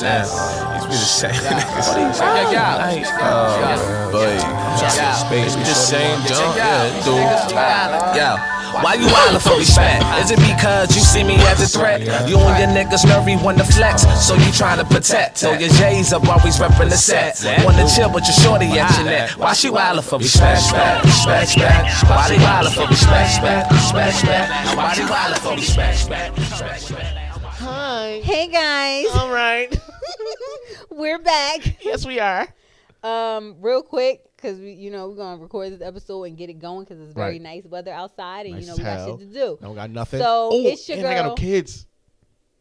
Damn. It's been the same. niggas. Check it out. Check it out. Boy, It's been the same dumb. yeah, dude. Yo, why you wildin' for respect? Is it because you see me as a threat? You and your niggas nervy want to flex, so you trying to protect. So your J's up always reppin' the set. Wanna chill, but your shorty at your neck. Why she wildin' for respect? respect, respect, respect? Why they wildin' for respect? respect, respect, respect? Why they wildin' for respect? respect, respect, respect? Hi. Hey guys, All right. we're back. yes, we are. Um, real quick, because we, you know, we're gonna record this episode and get it going because it's very Right. nice weather outside, and Nice you know we as got hell. shit to do. I don't got nothing. Oh, So Ooh, it's your and girl. I got no kids.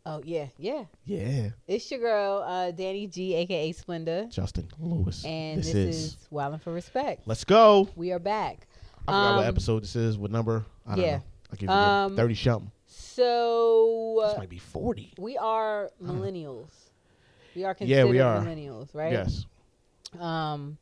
oh yeah, yeah. yeah, It's your girl, uh, Danny G, aka Splenda, Justin Lewis. and this, is, Wildin' for Respect. Let's go. We are back. I forgot what Um, episode this is. What number? I don't yeah. know. I give you a Um, thirty something. So uh, This might be forty. we are millennials. We are Yeah, considered we are. millennials, right? Yes. um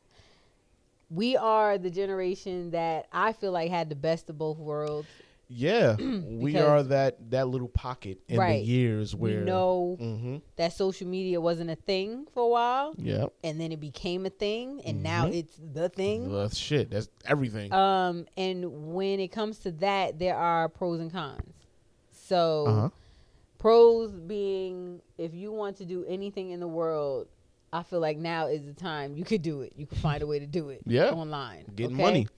we are the generation that I feel like had the best of both worlds. Yeah, we Because- are that that little pocket in Right. the years We where. know Mm-hmm. that social media wasn't a thing for a while, Yeah. and then it became a thing, and now it's the thing. Well, that's shit. That's everything. Um, and when it comes to that, there are pros and cons. So, Uh-huh. pros being if you want to do anything in the world, I feel like now is the time you could do it. You could find a way to do it. Yeah. online, Getting okay? money.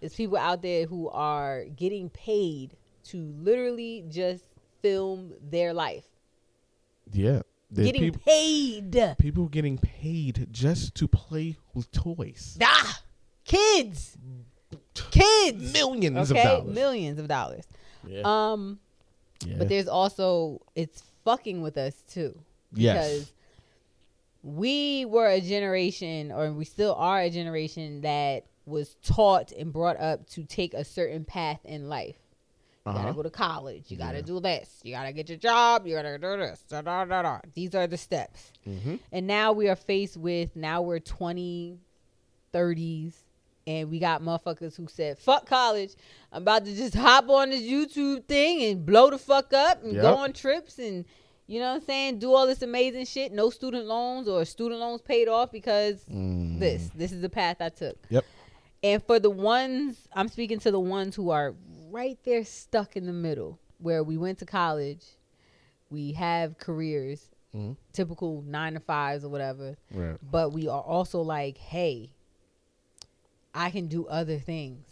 It's people out there who are getting paid to literally just film their life. yeah. There's getting people paid. people getting paid just to play with toys. Ah, kids, kids, Mm. Millions okay, of dollars. millions of dollars. Yeah. Um, yeah. but there's also it's fucking with us too because yes. we were a generation, or we still are a generation that was taught and brought up to take a certain path in life. You Uh-huh. gotta go to college. You gotta do this. You gotta get your job. You gotta do this. Da, da, da, da. These are the steps. Mm-hmm. And now we are faced with now we're 20, 30s, and we got motherfuckers who said, fuck college. I'm about to just hop on this YouTube thing and blow the fuck up and go Yep. on trips and, you know what I'm saying, do all this amazing shit. No student loans or student loans paid off because this. This is the path I took. Yep. And for the ones, I'm speaking to the ones who are right there stuck in the middle, where we went to college, we have careers, typical nine to fives or whatever, Right. but we are also like, hey, I can do other things.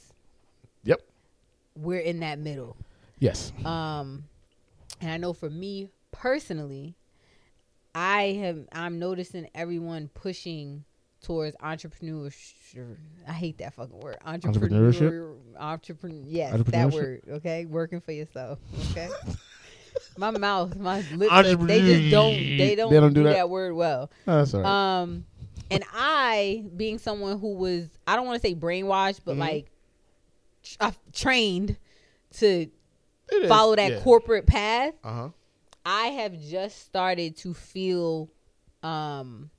Yep. We're in that middle. Yes. Um, and I know for me personally, I have I'm noticing everyone pushing towards entrepreneurship. I hate that fucking word. Entrepreneurship? Entrepreneur. Yes, that Entrepreneurship? word. Okay, working for yourself. Okay. my mouth, my lips, they just don't. They don't. They don't do do that? that word well. Oh, that's all right. Um, and I, being someone who was, I don't want to say brainwashed, Mm-hmm. but like tr- I trained to It is, follow that yeah. corporate path, Uh-huh. I have just started to feel um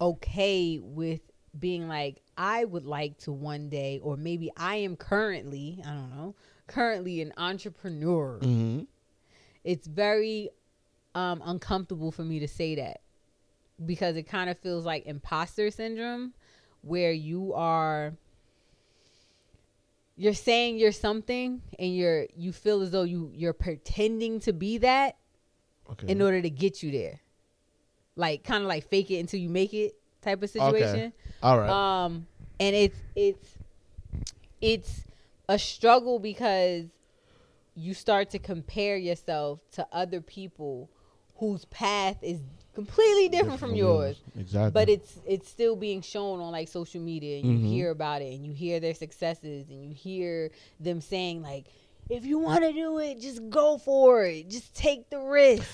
okay with being like I would like to one day or maybe I am currently, I don't know, currently an entrepreneur. Mhm. It's very um uncomfortable for me to say that because it kind of feels like imposter syndrome where you are you're saying you're something and you're you feel as though you you're pretending to be that Okay. in order to get you there like kind of like fake it until you make it type of situation All right. um and it's it's it's a struggle because you start to compare yourself to other people whose path is completely different, from yours Exactly. Mm-hmm. but it's it's still being shown on like social media and you hear about it and you hear their successes and you hear them saying like if you want to do it just go for it just take the risk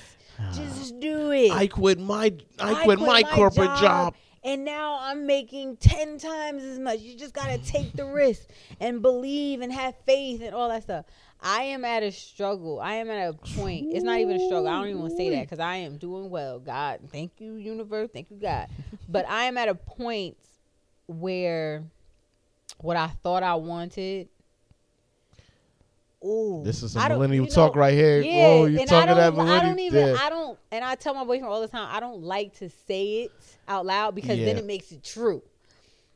just do it Ah. I quit my I, quit, my, corporate job. and now i'm making 10 times as much you just gotta take the risk and believe and have faith and all that stuff i am at a struggle i am at a point it's not even a struggle i don't even want to say that because i am doing well god thank you universe thank you god but i am at a point where what i thought i wanted ooh. This is I some don't- millennial you know, talk right here. Yeah, oh, you and talking I that don't, millennial? I don't even, yeah. I don't, and I tell my boyfriend all the time, I don't like to say it out loud because Yeah. then it makes it true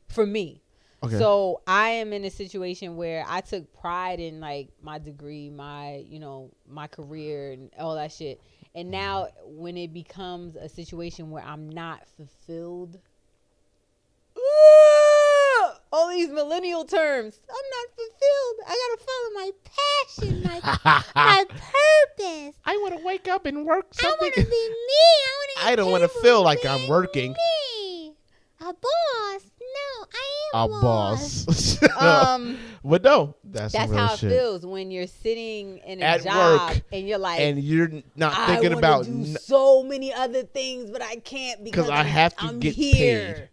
for me. Okay. So I am in a situation where I took pride in like my degree, my you know my career and all that shit. Mm-hmm. And now when it becomes a situation where I'm not fulfilled, Ugh! all these millennial terms, I'm not fulfilled. I gotta follow my passion, my my purpose. I want to wake up and work I something. want to be me. I want to. I don't want to feel like I'm working. me. A boss? No, I A am Uh, boss. Um, but no, that's, that's some real how it shit. feels when you're sitting in a At job work, and you're like, And you're n- not I thinking about do n- so many other things, but I can't because I I'm- have to I'm get here. paid.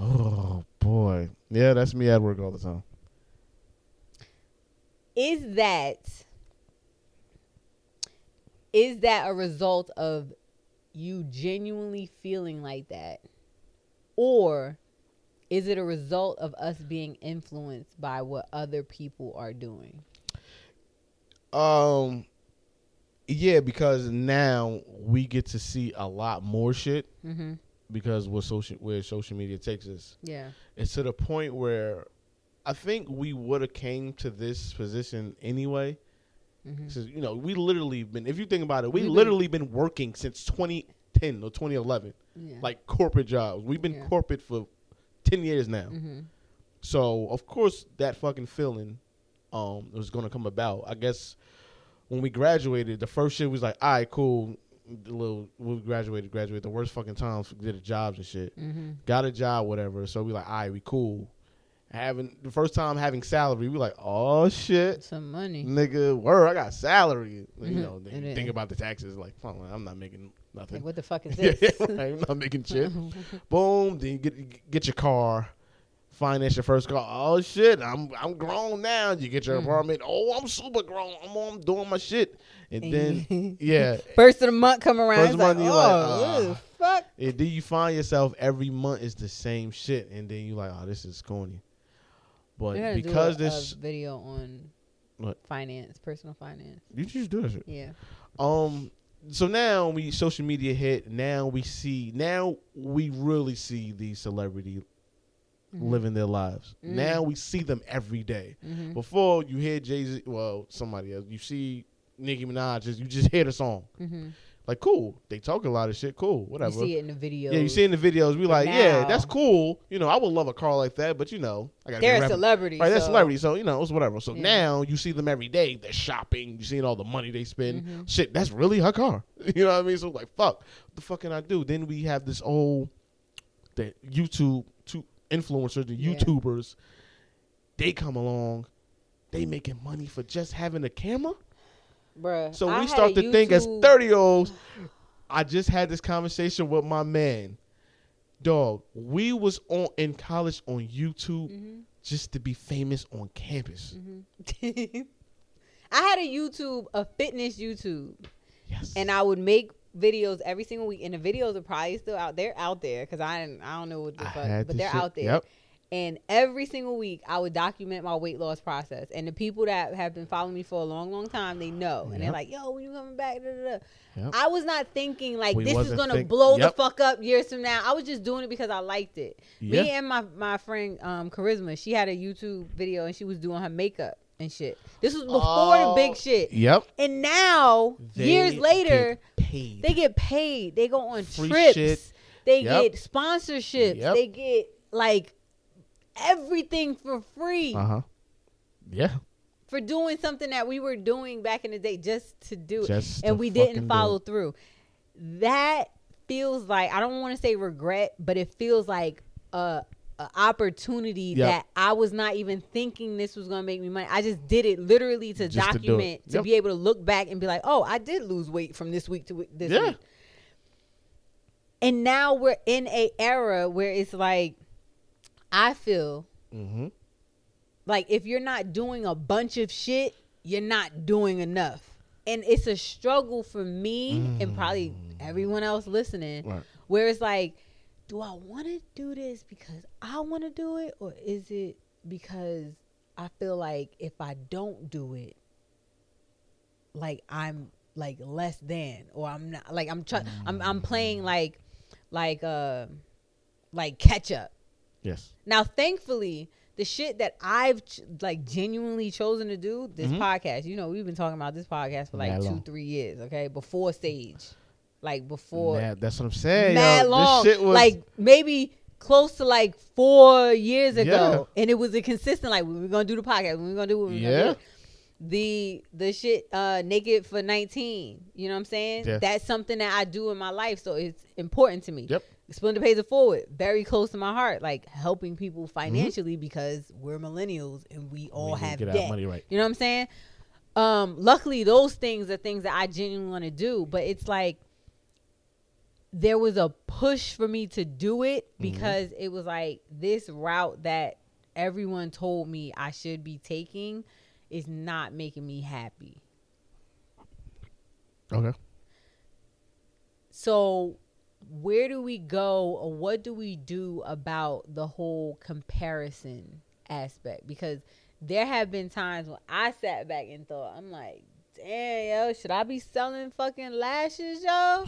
Oh boy, yeah, that's me at work all the time. is that is that a result of you genuinely feeling like that or is it a result of us being influenced by what other people are doing Um, yeah, because now we get to see a lot more shit mm-hmm. because what social where social media takes us. yeah It's to the point where I think we would have came to this position anyway. Mhm. 'Cause, you know, we literally been if you think about it, we We've been- literally been working since 2010 or 2011, yeah like corporate jobs. We've been Yeah. corporate for 10 years now. mm-hmm. So of course that fucking feeling um was gonna come about. I guess when we graduated, the first shit was like, all right, cool. The little we graduated, graduated the worst fucking times did the jobs and shit. Mm-hmm. Got a job, whatever. So we like, all right, we cool. Having the first time having salary, we like, oh shit, some money nigga, word, I got salary. You know, then And you Mm-hmm. it- think about the taxes, like, fuck, I'm not making like nothing. what the fuck is Yeah, this right, I'm not making shit. Boom. Then you get get your car, finance your first car. Oh shit, I'm I'm grown now. You get your Hmm. apartment. Oh, I'm super grown. I'm I'm doing my shit. And then yeah, first of the month come around First it's month, like, you're like, oh ah. ew, fuck and then you find yourself every month is the same shit. And then you like, oh, this is corny. But We're gonna do because a- this, a video on What? finance personal finance you just do that shit. yeah Um. So now we social media hit. Now we see. Now we really see these celebrity Mm-hmm. living their lives. Now we see them every day. Mm-hmm. Before you hear Jay Z, well, somebody else. You see Nicki Minaj. Just, you just hear the song. Mhm. Like cool. They talk a lot of shit. Cool. you Whatever. see it in the video Yeah, you see in the videos, we like, yeah, now- that's cool. You know, I would love a car like that, but you know, I got They're a celebrity, right? That's so- celebrity, so you know, it's whatever. So Yeah. now you see them every day. They're shopping. You seeing all the money they spend. Mm-hmm. Shit, that's really her car. You know what I mean? So like, fuck, what the fuck can I do? Then we have this old that YouTube two influencers, the Yeah. YouTubers. They come along. They making money for just having a camera. Bruh, So we I had start a to think as YouTube 30 year olds. I just had this conversation with my man. Dog, we was on in college on YouTube Mm-hmm. just to be famous on campus. I had a YouTube, a fitness YouTube, Yes. and I would make videos every single week. And the videos are probably still out. They're out there because I didn't, I don't know what the I fuck, had but this they're shit- out there. yep. And every single week, I would document my weight loss process. And the people that have been following me for a long, long time, they know. And they're Yep. like, "Yo, when you coming back?" Da, da, da. Yep. I was not thinking like We this is wasn't gonna think- blow Yep. the fuck up years from now. I was just doing it because I liked it. Yeah. Me and my my friend um, Charisma, she had a YouTube video and she was doing her makeup and shit. This was before Oh. the big shit. Yep. And now, years They later, get paid. they get paid. They go on Free trips. shit. They Yep. get sponsorships. Yep. They get like everything for free uh-huh. Yeah. for doing something that we were doing back in the day just to do Just it. to And we fucking do didn't follow it. through. That feels like I don't want to say regret, but it feels like a, a opportunity Yep. that I was not even thinking this was gonna make me money. I just did it literally to Just to do it. document to, Yep. be able to look back and be like, oh, I did lose weight from this week to we- this Yeah. week. And now we're in a era where it's like I feel Mhm. like if you're not doing a bunch of shit, you're not doing enough. And it's a struggle for me and probably everyone else listening Right. where it's like, do I want to do this because I want to do it or is it because I feel like if I don't do it, like I'm like less than or I'm not like I'm try- I'm I'm playing like like uh like catch up. Yes. Now, thankfully, the shit that I've ch- like genuinely chosen to do this podcast. You know, we've been talking about this podcast for like Mm-hmm. Mad two, long. three years. Okay, before stage, like before Nah, that's what I'm saying. mad yo. long, This shit was like maybe close to like four years ago, and it was a consistent like we were gonna do the podcast, we were gonna do, what we were Yeah. gonna do. The the shit uh naked for nineteen, you know what I'm saying? Yeah. That's something that I do in my life, so it's important to me. Yep. Splendor pays it forward, very close to my heart, like helping people Mm-hmm. financially because we're millennials and we all need to have get our debt. money right. You know what I'm saying? Um, luckily, those things are things that I genuinely want to do, but it's like there was a push for me to do it because it was like this route that everyone told me I should be taking is not making me happy. okay. So, where do we go or what do we do about the whole comparison aspect? Because there have been times when I sat back and thought, I'm like, damn, yo, should I be selling fucking lashes, yo?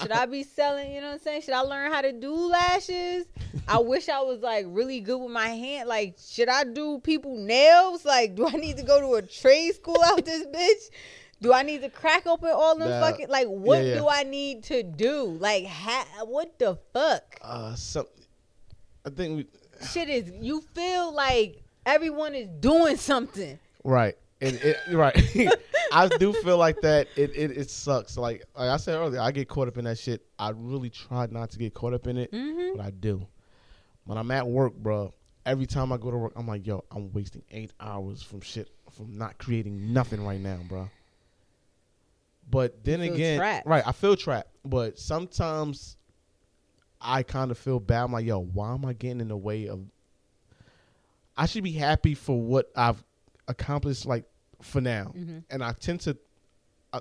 should I be selling, you know what I'm saying? Should I learn how to do lashes? I wish I was like really good with my hand. Like, should I do people nails? Like, do I need to go to a trade school out this bitch? Do I need to crack open all them Nah. fucking like what Yeah, yeah. do I need to do? Like ha- what the fuck? Uh, some, I think we Shit is you feel like everyone is doing something. Right. And it, right. I do feel like that. It, it it sucks. Like like I said earlier, I get caught up in that shit. I really try not to get caught up in it, Mm-hmm. but I do. When I'm at work, bro, every time I go to work, I'm like, yo, I'm wasting eight hours from shit from not creating nothing right now, bro. But then feel again, trapped. right, I feel trapped. But sometimes I kind of feel bad. I'm like, yo, why am I getting in the way of? I should be happy for what I've accomplished, like for now. Mm-hmm. And I tend to, I,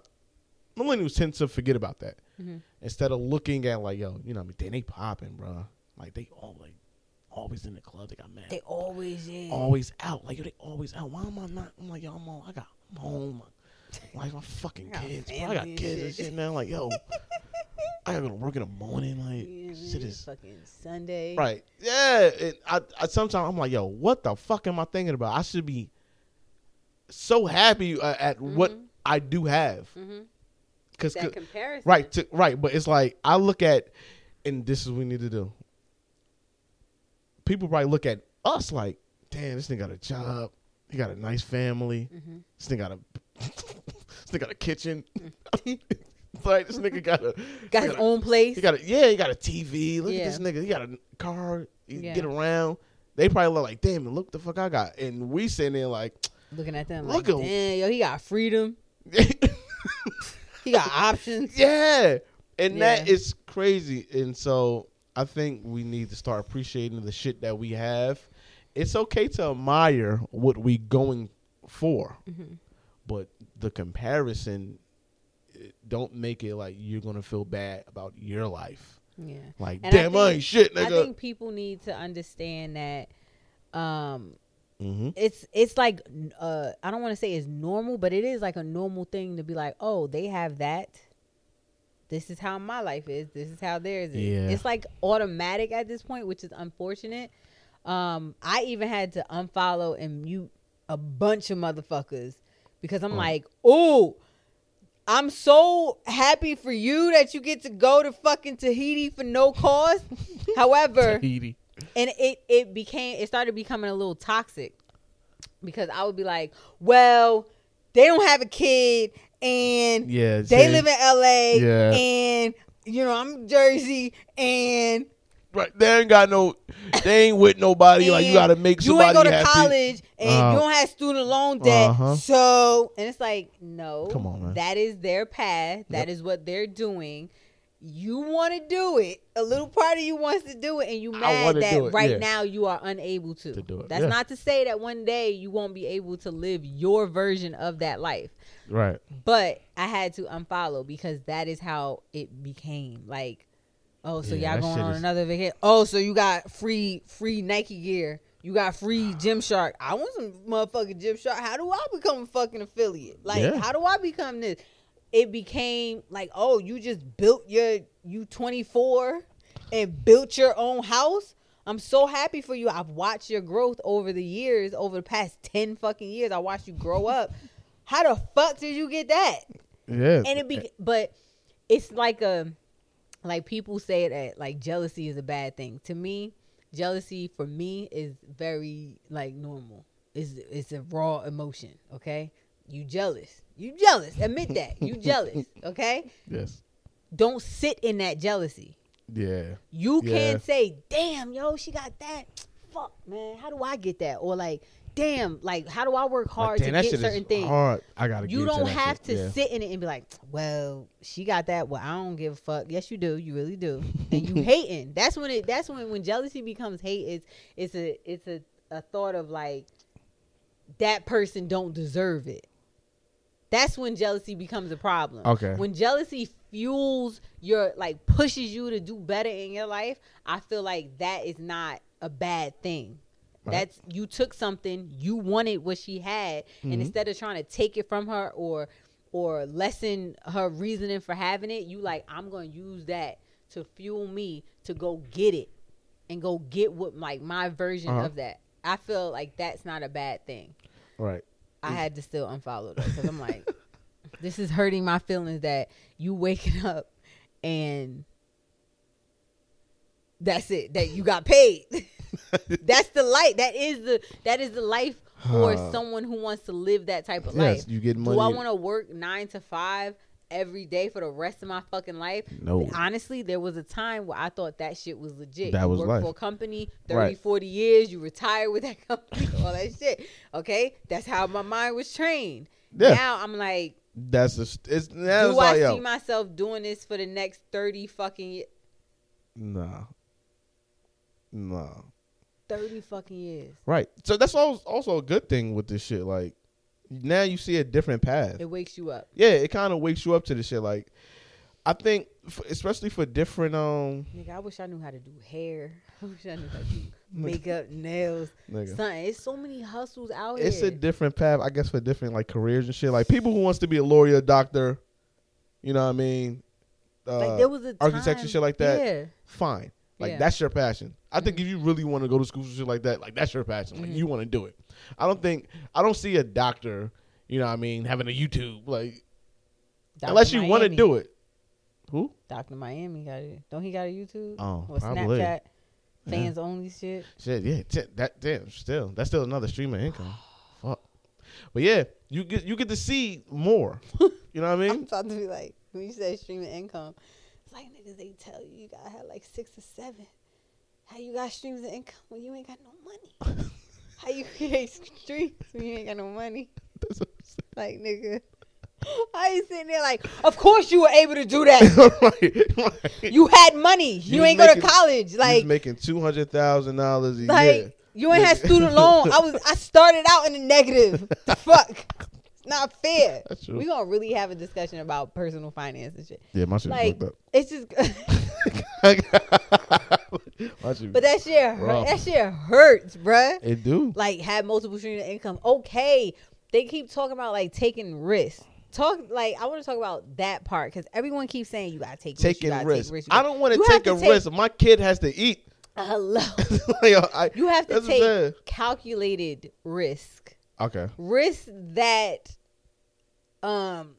millennials tend to forget about that Mm-hmm. instead of looking at like, yo, you know, what I mean, they, they popping, bro. Like they all like always in the club. They got mad They always is. always out. Like yo, they always out. Why am I not? I'm like yo, I'm all, I got I'm home. Why is my fucking got kids? Bro, I family got and kids and shit. shit now. Like yo, I gotta go to work in the morning. Like Yeah, shit man, is fucking Sunday. right. Yeah. It, I, I sometimes I'm like yo, what the fuck am I thinking about? I should be so happy uh, at what I do have. Cause, Mm-hmm. That 'cause- comparison. right, to, right. But it's like I look at, and this is what we need to do. People probably look at us like, damn, this nigga got a job. He got a nice family. Mm-hmm. This nigga got a, this nigga got a kitchen. like this nigga got a Mm-hmm. Got he his got a- own place. He got a yeah. He got a TV. Look Yeah. at this nigga. He got a car. He Yeah. get around. They probably look like, damn, look the fuck I got. And we sitting there like, Looking at them Look like, at- damn, yo, he got freedom. He got options. Yeah. And that Yeah. is crazy. And so I think we need to start appreciating the shit that we have. It's okay to admire what we going for. Mm-hmm. But the comparison it- don't make it like you're going to feel bad about your life. Yeah. Like, And I damn, I, think- ain't shit, I nigga. think people need to understand that um Mhm. it's it's like uh I don't want to say it's normal, but it is like a normal thing to be like, "Oh, they have that. This is how my life is. This is how theirs is." Yeah. It's like automatic at this point, which is unfortunate. Um I even had to unfollow and mute a bunch of motherfuckers because I'm like, "Oh, I'm so happy for you that you get to go to fucking Tahiti for no cost. However, Tahiti. and it it became it started becoming a little toxic because I would be like, well, they don't have a kid and Yeah. they see? live in L.A. Yeah. and you know I'm Jersey and Right. They ain't got no, they ain't with nobody. like, you and got to make you ain't somebody go to happy. college and Uh, you don't have student loan debt. uh-huh. So and it's like, no, Come on, man. that is their path. That is what they're doing. You want to do it. A little part of you wants to do it, and you mad wanna that do it, right yeah. now you are unable to. To do it, That's yeah. not to say that one day you won't be able to live your version of that life. Right. But I had to unfollow because that is how it became. Like, oh, so Yeah, y'all that going shit on is- another vacation? Oh, so you got free free Nike gear You got free Gymshark. I want some motherfucking Gymshark. How do I become a fucking affiliate? Like, Yeah. how do I become this? It became like, oh, you just built your you twenty four and built your own house. I'm so happy for you. I've watched your growth over the years, over the past ten fucking years. I watched you grow up. How the fuck did you get that? Yeah. and it be but it's like a like people say that like jealousy is a bad thing to me jealousy for me is very like normal it's it's a raw emotion okay you jealous you jealous admit that you jealous okay yes. don't sit in that jealousy Yeah. you Yeah. can say damn yo she got that fuck man how do i get that or like damn like how do i work hard damn, to that get shit certain is things hard. I gotta. get you into don't that have shit. to Yeah. sit in it and be like, "Well, she got that. Well, I don't give a fuck." Yes, you do. You really do. And you hating. That's when it. That's when when jealousy becomes hate. It's it's a it's a a thought of like that person don't deserve it. That's when jealousy becomes a problem. Okay. When jealousy fuels your like pushes you to do better in your life, I feel like that is not a bad thing. That's you took something, you wanted what she had, Mm-hmm. and instead of trying to take it from her or or lessen her reasoning for having it, you like I'm going to use that to fuel me to go get it and go get what like my version Uh-huh. of that. I feel like that's not a bad thing. Right. I had to still unfollow though because I'm like, this is hurting my feelings that you waking up and that's it that you got paid. that's the light. That is the that is the life for Huh. someone who wants to live that type Yes, of life. you get Do I money- want to work nine to five every day for the rest of my fucking life? No. Honestly, there was a time where I thought that shit was legit. That You was work life. for a company 30, Right. 40 years, you retire with that company, all that shit. Okay? That's how my mind was trained. Yeah. Now I'm like, That's the. st- It's that's do like I yo. see myself doing this for the next 30 fucking years? nah. Nah. 30 fucking years. Right. So that's also also a good thing with this shit. Like now you see a different path. It wakes you up. yeah, it kind of wakes you up to this shit. Like I think, f- especially for different um Nigga, I wish I knew how to do hair. I wish I knew how to do makeup, nails, Nigga. something. It's so many hustles out it's here. a different path, I guess, for different like careers and shit. Like people who wants to be a lawyer, doctor, you know what I mean? Uh, like, there was a time, architecture shit like that. Yeah. Fine, like Yeah. Mm-hmm. that's your passion. I think if you really want to go to school for shit like that, like that's your passion. Like you want to do it. I don't think I don't see a doctor, you know what I mean, having a YouTube like unless you want to do it. Who? Dr. Miami got it. Don't he got a YouTube? Oh, or probably. Snapchat? Fans only shit. Shit, yeah, t- that damn still that's still another stream of income. Fuck, but yeah, you get you get to see more. You know what I I'm mean? about to be like, when you said streaming income, it's like niggas, they tell you you gotta have like six or seven. How you got streams of income when you ain't got no money? How you create streams when you ain't got no money? That's what I'm saying. Like, nigga. I ain't sitting there like, of course you were able to do that. right, right. You had money. You, was ain't go to making- college. He was Like, making two hundred thousand dollars a Like year. you ain't had Nigga. student loan. I was I started out in the negative. The fuck. It's not fair. That's true. We gonna really have a discussion about personal finance and shit. Yeah, my shit Like fucked it's just up. My shit- But that shit hurt, Rough. that shit hurts, bruh. it do. Like have multiple streams of income. Okay. They keep talking about like taking risks. Talk like I want to talk about that part because everyone keeps saying you gotta take risks, you Taking gotta risks. Take risks. you I gotta- don't want You to have take a risk. My kid has to eat. Hello. Yo, I- You have to that's what I'm saying. take calculated risk. Okay. risk that um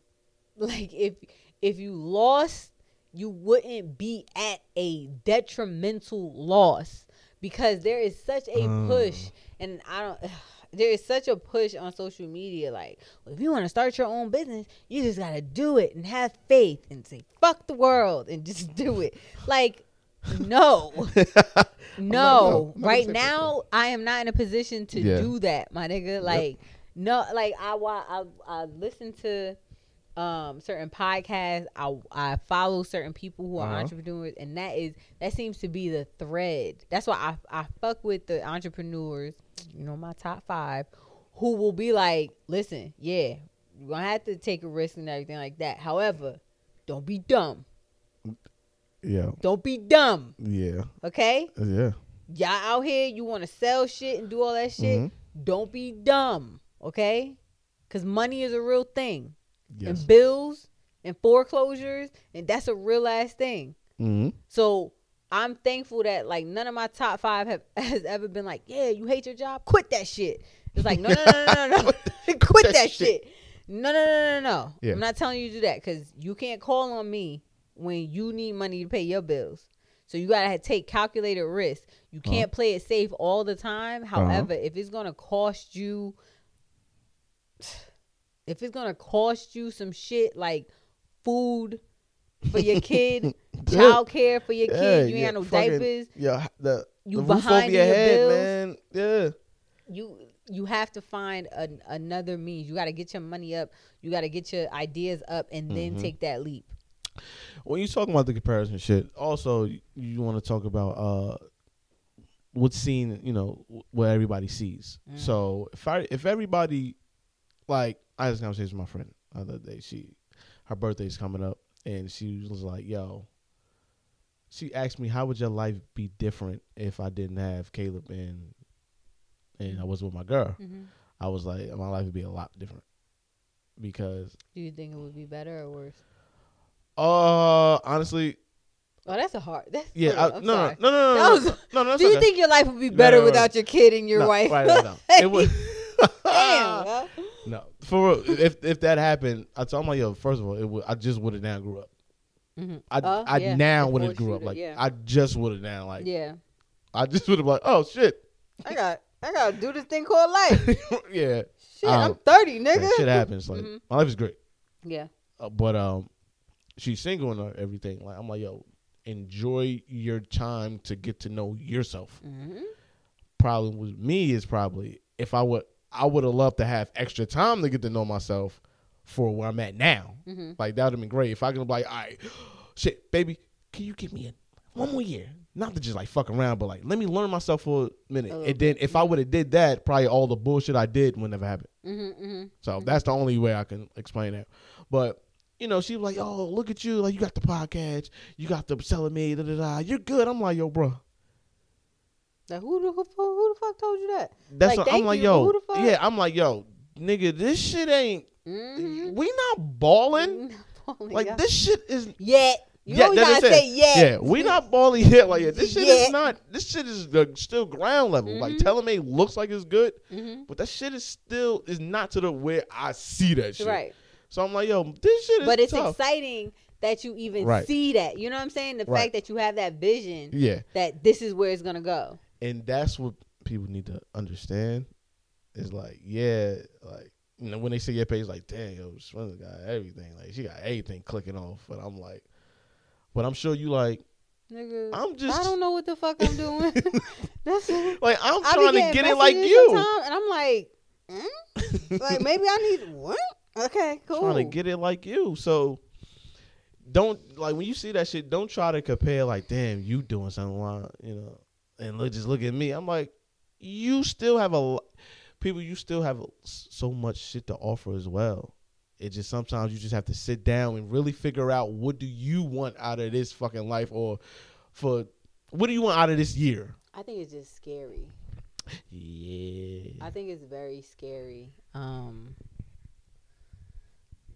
like if if you lost you wouldn't be at a detrimental loss because there is such a push and i don't there is such a push on social media like well, if you want to start your own business you just got to do it and have faith and say fuck the world and just do it like no no, no, no, right it's okay. now I am not in a position to Yeah. do that, my nigga. Like, no, like I, wa- I I listen to um certain podcasts. I I follow certain people who are Uh-huh. entrepreneurs, and that is that seems to be the thread. That's why I I fuck with the entrepreneurs. You know, my top five who will be like, listen, yeah, you're gonna have to take a risk and everything like that. However, don't be dumb. Yeah. Don't be dumb. Yeah. uh, Okay Yeah. y'all out here, you want to sell shit and do all that shit. Don't be dumb, okay? Because money is a real thing, Yes. and bills and foreclosures, and that's a real ass thing. Mhm. So I'm thankful that like none of my top five have has ever been like, yeah, you hate your job, quit that shit. It's like no, no, no, no, no, no. quit, that that, shit. No, no, no, no, no. Yeah. I'm not telling you to do that because you can't call on me when you need money to pay your bills. So you gotta take calculated risk. You can't play it safe all the time. However, if it's gonna cost you, if it's gonna cost you some shit like food for your kid, child care for your kid, you ain't got no fucking- diapers. Yeah, the, You the roof over behind your in your head, bills. man. Yeah. You you have to find an, another means. You gotta get your money up. You gotta get your ideas up, and then Mm-hmm. take that leap. when you talking about the comparison shit, also you want to talk about uh what's seen, you know, what everybody sees. So if I if everybody like I had this conversation with my friend the other day, she her birthday's coming up and she was like, Yo she asked me, How would your life be different if I didn't have Caleb and and I was with my girl? Mm-hmm. I was like, My life would be a lot different. Because Do you think it would be better or worse? uh honestly Oh, that's a hard. That's Yeah, hold on, I, I'm no, no, sorry. no, no, That no, was- no, no, no. Do you think your life would be better no, no. without your kid and your no, wife? Right, no, no. It was Damn. yo. no for real, if if that happened, I told my yo. First of all, it would, I just would have now grew up. I Uh, I yeah, now the would have four grew up shooter, like yeah. I just would have now like Yeah. I just would have like oh shit I got. I gotta do this thing called life. yeah Shit, Um, I'm 30, nigga. that shit happens like Mm-hmm. my life is great Yeah. uh, but um she's single and uh, everything like I'm like yo enjoy your time to get to know yourself. Problem with me is probably if I would I would have loved to have extra time to get to know myself for where I'm at now. Like that would have been great if I could have like, all right, shit, baby, can you give me a, one more year? Not to just like fuck around, but like let me learn myself for a minute. and then if I would have did that, probably all the bullshit I did would never happen. So Mm-hmm. that's the only way I can explain that. But you know, she was like, "Oh, look at you! Like you got the podcast, you got the selling me, da da da. You're good." I'm like, "Yo, bro, Like who the who, who the fuck told you that? that's what thank I'm like, you, yo, Who the fuck? yeah, I'm like, yo, nigga, this shit ain't. Mm-hmm. We not balling. Holy Like God. this shit is. Yet. Mm-hmm. You yeah, always that's gotta it. say yet. Yeah, we not balling yet. Like yeah, this shit Yeah. Mm-hmm. is not. This shit is uh, still ground level. Like Telemay looks like it's good, but that shit is still is not to the where I see that shit. Right. So I'm like, yo, this shit is. But it's tough. exciting that you even Right. see that. You know what I'm saying? The Right. fact that you have that vision Yeah. that this is where it's gonna go. and that's what people need to understand is like yeah like you know when they see your page like dang yo Swin's got everything like she got everything clicking off but I'm like but I'm sure you like Nigga, I'm just- I don't know what the fuck I'm doing. That's like I'm I be trying to getting get it like messages you sometime, and I'm like, hmm? like maybe I need what? Okay, cool. trying to get it like you so don't like when you see that shit don't try to compare like damn you doing something wild, you know and look just look at me I'm like you still have a lo- people you still have so much shit to offer as well it just sometimes you just have to sit down and really figure out what do you want out of this fucking life or for what do you want out of this year I think it's just scary. yeah I think it's very scary. Um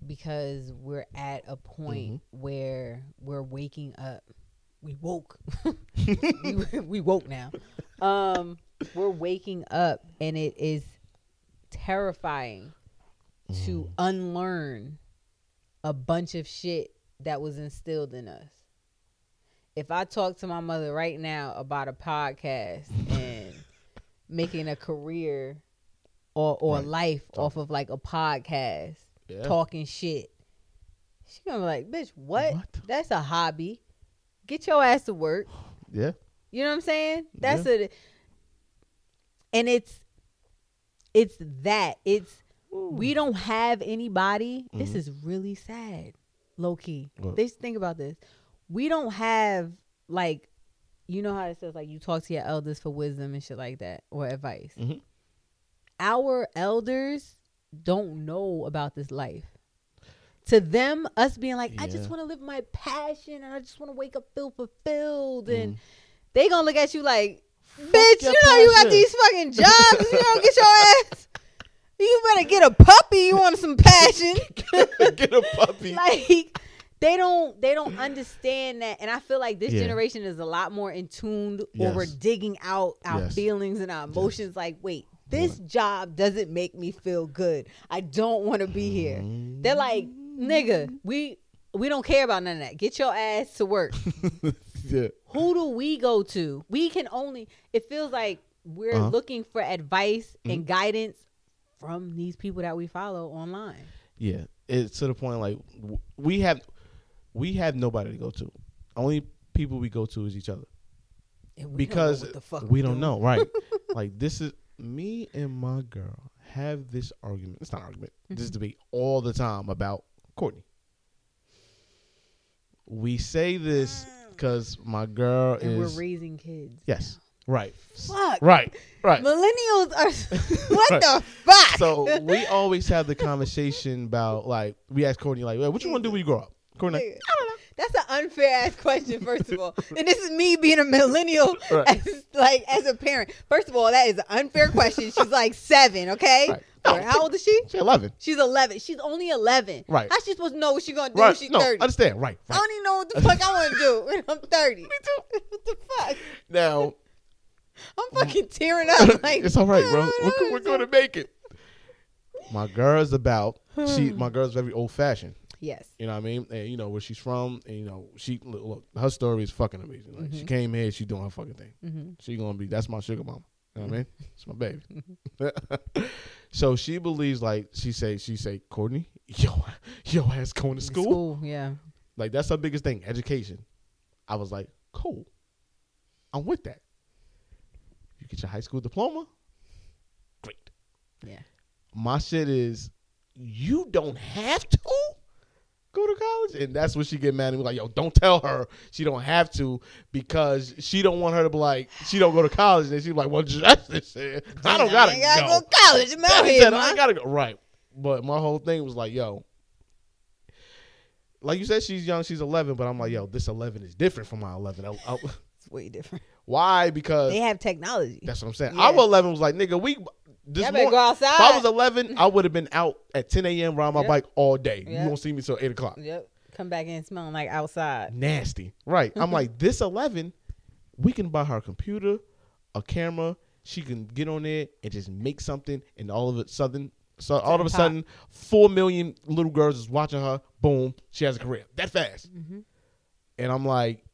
because we're at a point where we're waking up. We woke. we, we woke now. Um we're waking up and it is terrifying to unlearn a bunch of shit that was instilled in us. If I talk to my mother right now about a podcast and making a career or or Right. life off of like a podcast, Yeah. talking shit, she gonna be like, "Bitch, what? What? That's a hobby. Get your ass to work." yeah You know what I'm saying? That's a and it's it's that. It's we don't have anybody. This is really sad. Low key. Mm-hmm. What? Just think about this. We don't have like you know how it says like you talk to your elders for wisdom and shit like that or advice. Mhm. Our elders don't know about this life. To them, us being like, I Yeah. just want to live my passion and I just want to wake up feel fulfilled and they gonna look at you like Bitch, your you know you passion. got these fucking jobs. if you don't get your ass. You better get a puppy. You want some passion? Get a puppy. like they don't they don't understand that and i feel like this Yeah. generation is a lot more in tuned or Yes. we're digging out our Yes. feelings and our emotions like wait this job doesn't make me feel good i don't want to be here they're like nigga we we don't care about none of that get your ass to work yeah. who do we go to? We can only. It feels like we're Uh-huh. Mm-hmm. looking for advice and guidance from these people that we follow online. Yeah, it's to the point like w- we have we have nobody to go to. Only people we go to is each other And we don't know because what the fuck we don't doing. know, right? like this is me and my girl have this argument. It's not an argument. This Mm-hmm. debate all the time about Courtney. We say this because my girl Ah. And is we're raising kids. yes, right, Fuck. right, right. Millennials are. what Right. the fuck? So we always have the conversation about like we ask Courtney like, "Well, what you want to do when you grow up? Courtney, like, That's an unfair ass question, first of all. And this is me being a millennial, Right. as, like as a parent. First of all, that is an unfair question. She's like seven, okay? Right. Or how old is she? she 11. She's 11. She's only 11. Right. How's she supposed to know what she's going to do when Right. she's No, 30? understand. Right. I right. don't even know what the fuck I want to do when I'm 30. Me too. what the fuck? Now, I'm fucking tearing up. Like, it's all right, bro. I don't We're, know we're going to make it. My girl's about she. Hmm. My girl's very old fashioned. Yes. You know what I mean? And you know where she's from. And you know she look, look, her story is fucking amazing. Like Mm-hmm. she came here, she doing her fucking thing. She gonna be that's my sugar mama. You know what I mean? It's my Mm-hmm. baby. so she believes like she say she say Courtney, yo, yo ass going to school. yeah. Like that's her biggest thing, education. I was like, cool. I'm with that. You get your high school diploma. Great. Yeah. My shit is you don't have to go to college. And that's when she get mad and be like, yo, don't tell her she don't have to because she don't want her to be like, she don't go to college. And she be like, well, that's this shit. I don't gotta, I gotta go. go to college. I'm out Daddy here. said, I ain't ma. gotta go. Right. But my whole thing was like, yo, like you said, she's young, she's 11, but I'm like, yo, this 11 is different from my 11. I- I- It's way different. why? Because They have technology. that's what I'm saying. Yeah. Our 11 was like, nigga, we. This Y'all better morning, go outside. if I was 11, I would have been out at 10 a.m. riding my Yeah. bike all day. Yeah. You won't see me till 8 o'clock. Yep. Come back in smelling like outside. Nasty. Right. I'm like, this 11, we can buy her a computer, a camera. She can get on there and just make something. And all of a sudden, so all of a Pop. sudden, four million little girls is watching her. Boom, she has a career that fast. And I'm like,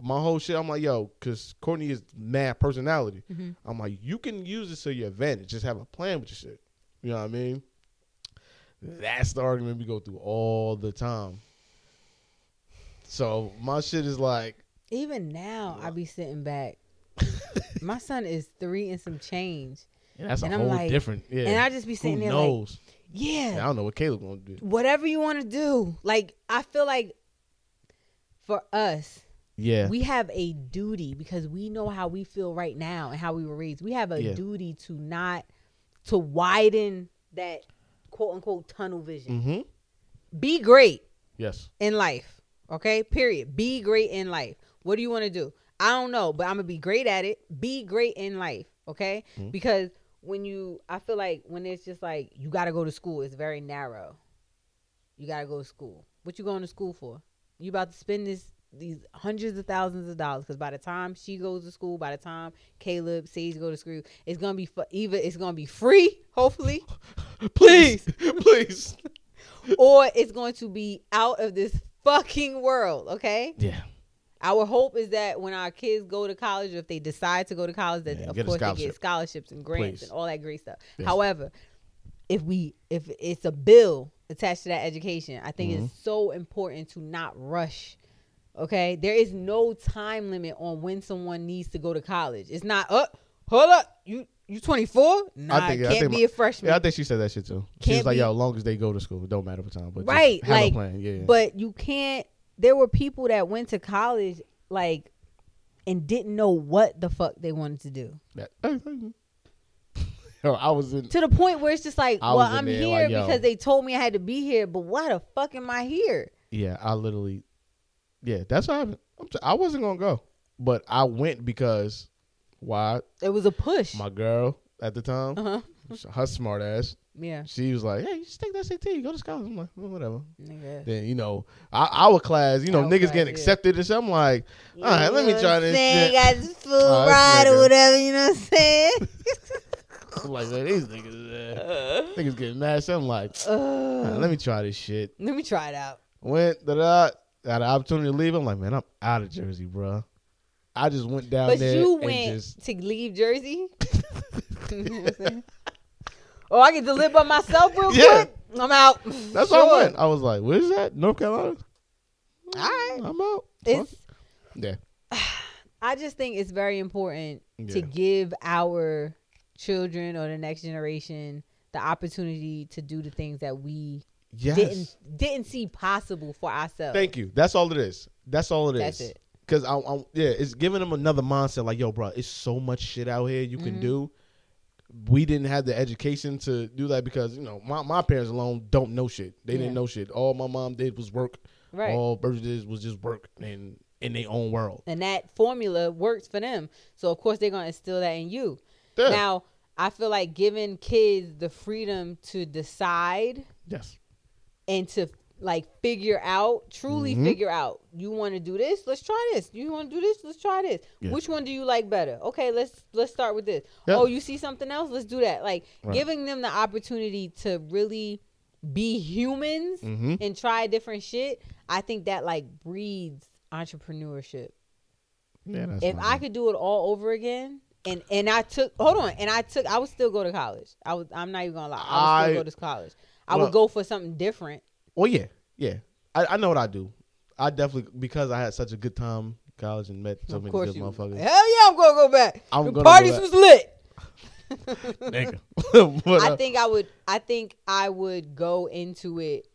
my whole shit. I'm like, yo, because Courtney is mad personality. I'm like, you can use this to your advantage. Just have a plan with your shit. You know what I mean? That's the argument we go through all the time. So my shit is like, Even now, I be sitting back. My son is three and some change. that's And a I'm whole like- different. Yeah. and I just be sitting Who there like- knows? Yeah. I don't know what Caleb gonna do. Whatever you want to do. Like, I feel like for us, Yeah. we have a duty because we know how we feel right now and how we were raised. We have a Yeah. duty to not to widen that quote unquote tunnel vision. mm-hmm. Be great Yes. in life. Okay? Period. Be great in life. What do you want to do? I don't know, but I'm going to be great at it. Be great in life, okay? Because when you I feel like when it's just like you got to go to school, it's very narrow. You got to go to school. What you going to school for? You about to spend this these hundreds of thousands of dollars because by the time she goes to school, by the time Caleb, Sage go to school, it's gonna be fu- either it's gonna be free, hopefully, Please, please. or it's going to be out of this fucking world. Okay, Yeah. our hope is that when our kids go to college, or if they decide to go to college, that Yeah, of get a course they scholarship. get scholarships and grants Please. and all that great stuff. Yes. However, if we if it's a bill attached to that education, I think Mm-hmm. it's so important to not rush. Okay, there is no time limit on when someone needs to go to college. It's not up. hold up, you you twenty four? Nah, think- I can't think be my- a freshman. Yeah, I think she said that shit too. She Can't was like, be- "Yo, long as they go to school, it don't matter what time." But just right have like a plan. Yeah, yeah. but you can't there were people that went to college like and didn't know what the fuck they wanted to do That- Yo, I was in. to the point where it's just like I well was in i'm there, here like, yo. because they told me i had to be here but why the fuck am i here Yeah, I literally. Yeah, that's what happened. I'm t- I wasn't gonna go, but I went because Why It was a push. Uh-huh. my girl at the time, her smart ass, yeah. she was like, "Hey, you just take the SAT, go to college." I'm like, well, "Whatever." Nigga. Then you know, our, our class, you know, Our niggas class, getting yeah. accepted, and so I'm like, "All right, let me try this." Saying, shit." got this food Oh, this ride or nigga. whatever. You know what I'm saying? I'm like, man, these niggas, uh, niggas getting mad. So I'm like, "All right, let me try this shit. Let me try it out. Went da da. Got an opportunity to leave. I'm like, man, I'm out of Jersey, bro. I just went down But there you and went just to leave Jersey. You know what I'm saying? oh, I get to live by myself real Yeah. quick. I'm out. that's Sure. all I went. I was like, where's that? North Carolina. All right. I'm out. Fuck. It's. Yeah. I just think it's very important to Yeah. give our children or the next generation the opportunity to do the things that we Yes. didn't didn't see possible for ourselves. Thank you. That's all it is. That's all it is. That's it. Cause I, I, yeah, it's giving them another mindset. Like, yo, bro, it's so much shit out here you Mm-hmm. can do. We didn't have the education to do that because you know my, my parents alone don't know shit. They Yeah. didn't know shit. All my mom did was work. Right. All Bridget did was just work and in their own world. and that formula works for them. So of course they're gonna instill that in you. Yeah. Now I feel like giving kids the freedom to decide Yes. and to like figure out, truly Mm-hmm. figure out. You want to do this? Let's try this. You want to do this? Let's try this. Yeah. Which one do you like better? Okay, let's let's start with this. Yeah. Oh, you see something else? Let's do that. Like Right. giving them the opportunity to really be humans Mhm. and try different shit. I think that like breeds entrepreneurship Yeah. That's if my I thing. could do it all over again, and and I took hold on, and I took I would still go to college. I was I'm not even gonna lie, I would still I- go to college. I Well- would go for something different. Well, yeah, yeah. I, I know what I do. I definitely because I had such a good time in college and met so of many course, good you. Hell motherfuckers. yeah, I'm gonna go back. I'm the gonna go parties back. was lit. Nigga. But, I uh, think I would. I think I would go into it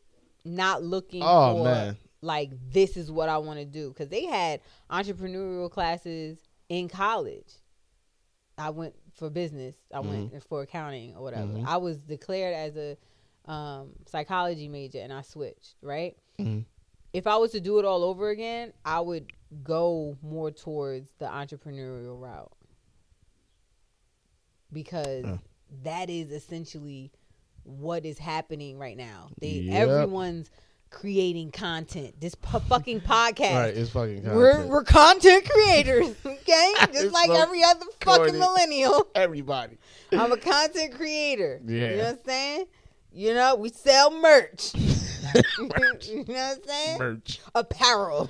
not looking Oh, for man. like this is what I want to do because they had entrepreneurial classes in college. I went for business. I Mm-hmm. went for accounting or whatever. I was declared as a um, psychology major, and I switched. Right. If I was to do it all over again, I would go more towards the entrepreneurial route because Yeah. that is essentially what is happening right now. They Yep. everyone's creating content. This po- fucking podcast. Right, it's fucking. We're content. we're content creators, okay? Just It's like so every other fucking corny. millennial. everybody. I'm a content creator. You know Yeah. what I'm saying? You know, we sell merch. you know what I'm saying? Merch. Apparel.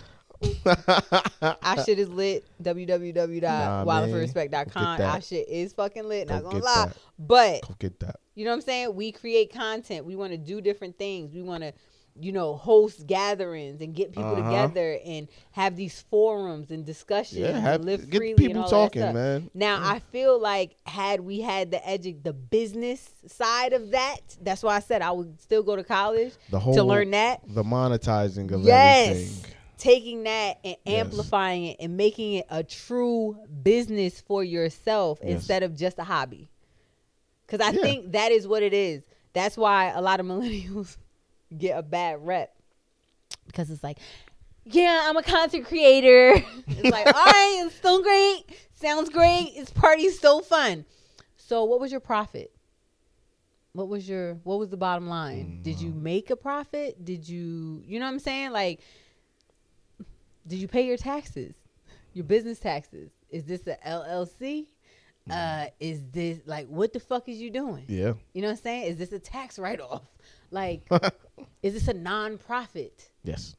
Our shit is lit. Nah, www.wildandforrespect.com. man. Go get that. Our shit is fucking lit. Not Go gonna get lie. that. But Go get that. you know what I'm saying? We create content. We want to do different things. We want to, you know, host gatherings and get people Uh-huh. together and have these forums and discussions Yeah, and have- live get freely and people all talking, that stuff. man. Mm. Now I feel like had we had the edu- the business side of that, that's why I said I would still go to college The whole to learn that. The monetizing of Yes. everything. Taking that and Yes. amplifying it and making it a true business for yourself Yes. instead of just a hobby. Cause I Yeah. think that is what it is. That's why a lot of millennials get a bad rep. Because it's like, yeah, I'm a content creator. it's like, all right, it's still great. Sounds great. It's party's so fun. So what was your profit? What was your what was the bottom line? Did you make a profit? Did you you know what I'm saying? Like did you pay your taxes? Your business taxes? Is this a LLC? Uh is this like what the fuck is you doing? Yeah. You know what I'm saying? Is this a tax write off? Like is this a non profit? Yes.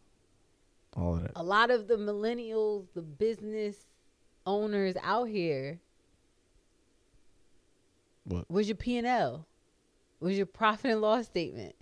All of that. a lot of the millennials, the business owners out here, What? where's your P and L? Where's your profit and loss statement?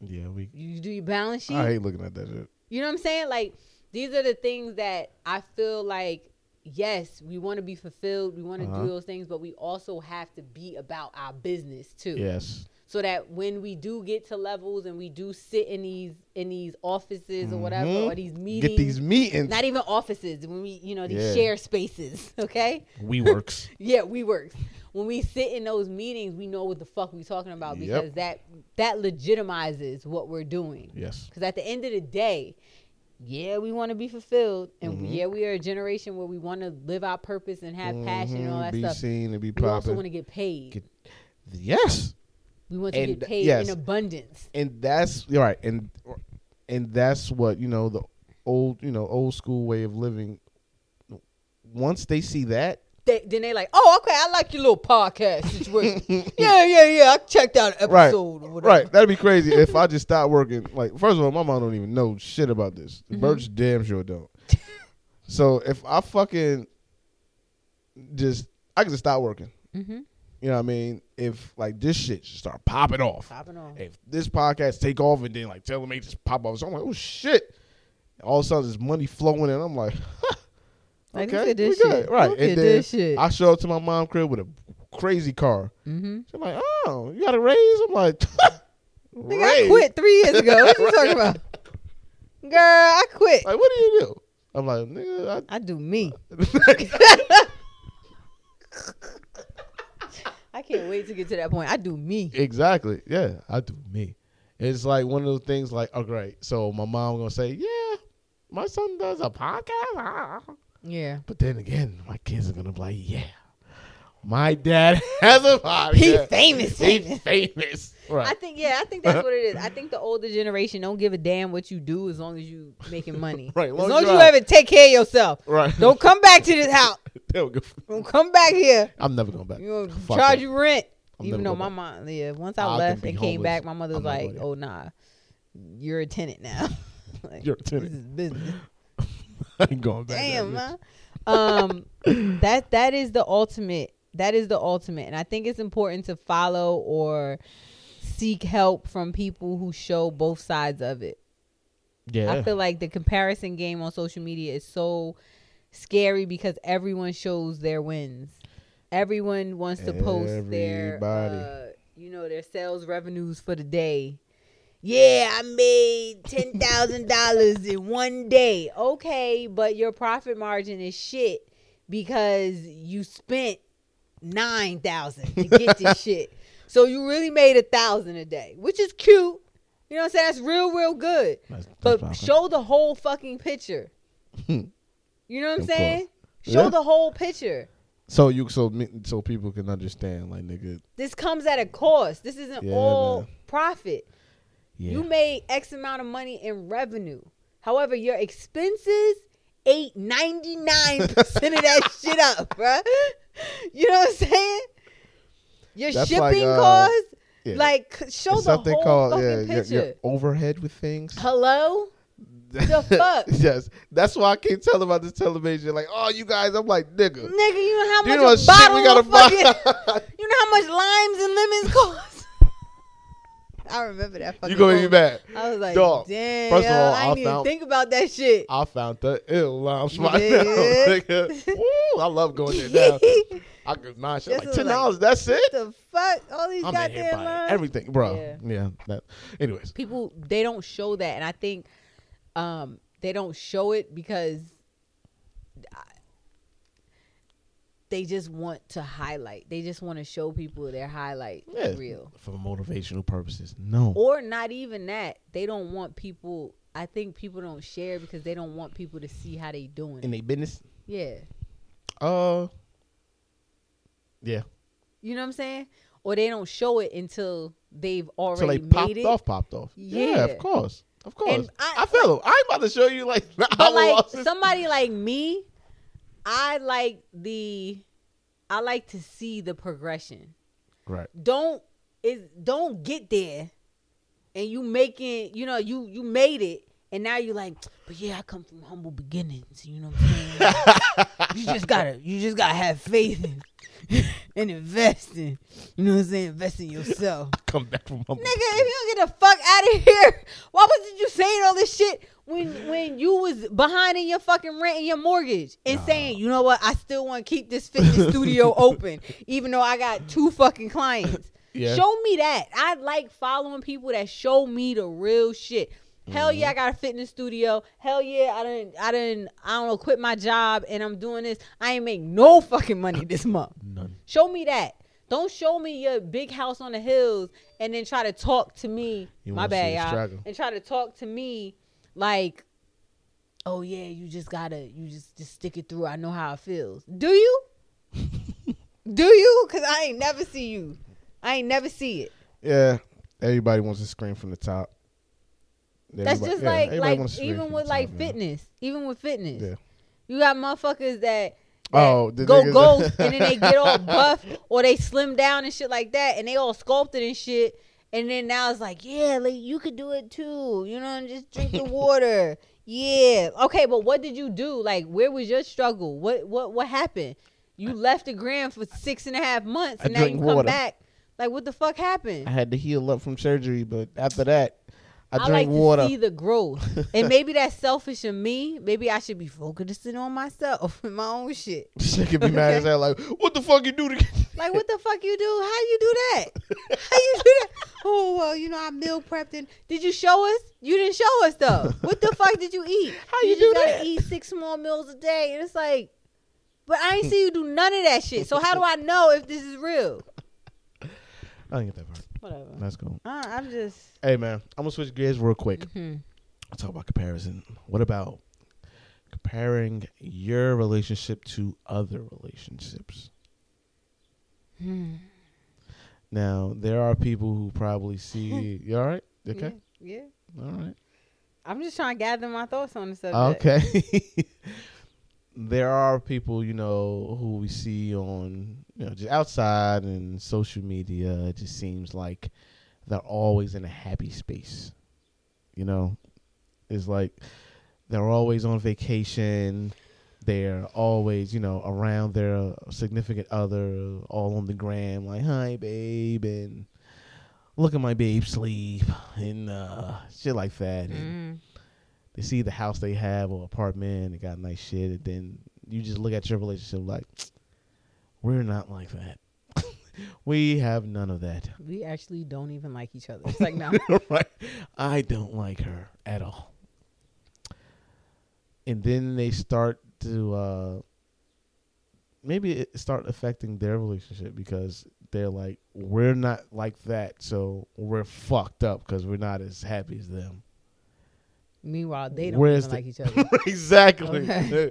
Yeah, we. You do your balance sheet. I hate looking at that shit. You know what I'm saying? Like these are the things that I feel like. Yes, we want to be fulfilled. We want to Uh-huh. do those things, but we also have to be about our business too Yes. so that when we do get to levels and we do sit in these in these offices or whatever Mhm. or these meetings Get these meetings. not even offices when we you know Yeah. these share spaces okay we works. yeah we works when we sit in those meetings we know what the fuck we talking about Yep. because that that legitimizes what we're doing Yes. because at the end of the day yeah, we want to be fulfilled, and Mm-hmm. yeah, we are a generation where we want to live our purpose and have passion and all Mhm, that be stuff. seen and be we also want popping. to get paid. Get- Yes, we want to and get th- paid yes. in abundance. and that's you're right, and and that's what you know the old you know old school way of living. Once they see that, They, then they like, oh, okay, I like your little podcast situation. yeah, yeah, yeah. I checked out an right, episode or whatever. right, that'd be crazy if I just stopped working. Like, first of all, my mom don't even know shit about this. Mm-hmm. Birch damn sure don't. so if I fucking just, I could just stop working. Mhm. You know what I mean? If like this shit just start popping off, Popping off. if this podcast take off and then like tell them they just pop off, so I'm like, oh shit! All of a sudden, there's money flowing, and I'm like, Like, okay, look at this we good, shit. right? Look and at then this shit. I show up to my mom crib with a crazy car. Mm-hmm. She's like, oh, you got a raise? I'm like, Nigga, I raise? quit three years ago. What you talking about? Girl, I quit. Like, what do you do? I'm like, nigga, I do me. I, I can't wait to get to that point. I do me. exactly. Yeah, I do me. It's like one of those things. Like, oh, great. So my mom gonna say, yeah, my son does a podcast. Ah. Yeah. But then again, my kids are gonna be like, yeah, my dad has a podcast. He famous, He famous. famous. I Right. think yeah, I think that's what it is. I think the older generation don't give a damn what you do as long as you making money. Right, As long long, as as you you out. have it, take care of yourself. Right. Don't come back to this house. Don't go- Don't come back here. I'm never going back. You gonna Fuck charge that. you rent. I'm Even never though going my back. mom, yeah, once I I can left be and came homeless. back, my mother was I'm not like, going "Oh nah, you're a tenant now. like, You're a This tenant. is business. I ain't going back. Damn, there, bitch. man. um, that that is the ultimate. That is the ultimate, and I think it's important to follow or seek help from people who show both sides of it. Yeah. I feel like the comparison game on social media is so scary because everyone shows their wins. Everyone wants to post their, Everybody. uh, you know, their sales revenues for the day. Yeah, I made ten thousand dollars in one day. Okay, but your profit margin is shit because you spent nine thousand to get this shit. So you really made a thousand a day, which is cute. You know what I'm saying? That's real, real good. That's- that's fine. But show the whole fucking picture. you know what I'm Of saying? course. Show Yeah. the whole picture. So you so me- so people can understand, like nigga. This comes at a cost. This isn't Yeah, all man. profit. Yeah. You made X amount of money in revenue. However, your expenses ate 99% of that shit up, bruh. You know what I'm saying? Your That's shipping like, uh, costs, yeah. like, c- show It's the whole fucking your- your picture. overhead with things. Hello? the fuck? yes, that's why I can't tell about this television. Like, oh, you guys, I'm like nigga. Nigga, you know how Do you much know a what shit bottle we gotta of fucking- buy? You know how much limes and lemons cost? I remember that fucking you gonna make me moment. mad. I was like, Dog, damn, first of yo, all, I I didn't even found- think about that shit. I found the ill lounge spot now, Yeah. nigga. Woo, I love going there now. I could mind shit This like was ten like- dollars. that's it. the fuck? All these I'm in here goddamn buying lines. everything, bro. Yeah. Yeah. that, anyways, People they don't show that, and I think um, they don't show it because I- they just want to highlight. They just want to show people their highlight yeah, real. for motivational purposes. No. or not even that they don't want people i think people don't share because they don't want people to see how they doing in a business. yeah Uh. Yeah. you know what i'm saying or they don't show it until they've So already like popped made it off, popped off. Yeah, Yeah. of course, of course. And I, I- feel it. I ain't about to show you like. I but like lost it. somebody like me i like the i like to see the progression right. don't is don't get there and you making you know you you made it and now you're like but yeah i come from humble beginnings you know what i'm saying you just gotta you just gotta have faith in and invest in you know what i'm saying invest in yourself Come back from humble. nigga if you don't get the fuck out of here why wasn't you saying all this shit when when you was behind in your fucking rent and your mortgage and saying you know what i still want to keep this fitness studio open even though i got two fucking clients Yeah. Show me that. I like following people that show me the real shit. Hell yeah, I got a fitness studio. Hell yeah, I didn't, I didn't, I don't know, quit my job and I'm doing this. I ain't make no fucking money this month. None. Show me that. Don't show me your big house on the hills and then try to talk to me. You my wanna see bad, the y'all. struggle. And try to talk to me like oh yeah, you just gotta, you just just stick it through. I know how it feels. Do you? Do you? Cause I ain't never see you. I ain't never see it. Yeah, everybody wants to scream from the top. That's Everybody- just yeah, like, everybody wants like to scream even from with the like top, man. fitness, even with fitness, Yeah. you got motherfuckers that. that Oh, the go niggas- gold, and then they get all buff or they slim down and shit like that, and they all sculpted and shit. And then now it's like, yeah, like you could do it too, you know, and just drink the water. Yeah, okay, but what did you do? Like, where was your struggle? What what what happened? You left the gram for six and a half months, I and now you drink come water. back. Like, what the fuck happened? I had to heal up from surgery, but after that, I, I, drank like water. to see the growth, and maybe that's selfish in me. Maybe I should be focusing on myself and my own shit. She could be mad as Okay. hell. Like, what the fuck you do to? Like, what the fuck you do? How you do that? How you do that? Oh well, you know I meal prepped and did you show us? You didn't show us though. What the fuck did you eat? How you just do gotta that? Eat six small meals a day, and it's like, but I ain't see you do none of that shit. So how do I know if this is real? I didn't get that part. Whatever. Let's go. Uh, I'm just Hey man, I'm gonna switch gears real quick. hmm. I'll talk about comparison. What about comparing your relationship to other relationships? Hmm. Now there are people who probably see. You all right? You Okay. Yeah, yeah. All right. I'm just trying to gather my thoughts on the subject. Okay. there are people, you know, who we see on, you know, just outside and social media. It just seems like they're always in a happy space. You know, it's like they're always on vacation. They're always, you know, around their significant other, all on the gram, like, hi, babe, and look at my babe sleep, and uh, shit like that. And Mm. they see the house they have or apartment, they got nice shit, and then you just look at your relationship like, we're not like that. we have none of that. We actually don't even like each other. It's like no. right? I don't like her at all. And then they start to uh, maybe it start affecting their relationship because they're like, we're not like that, so we're fucked up because we're not as happy as them. Meanwhile, they don't Where's even the- like each other. exactly. Okay.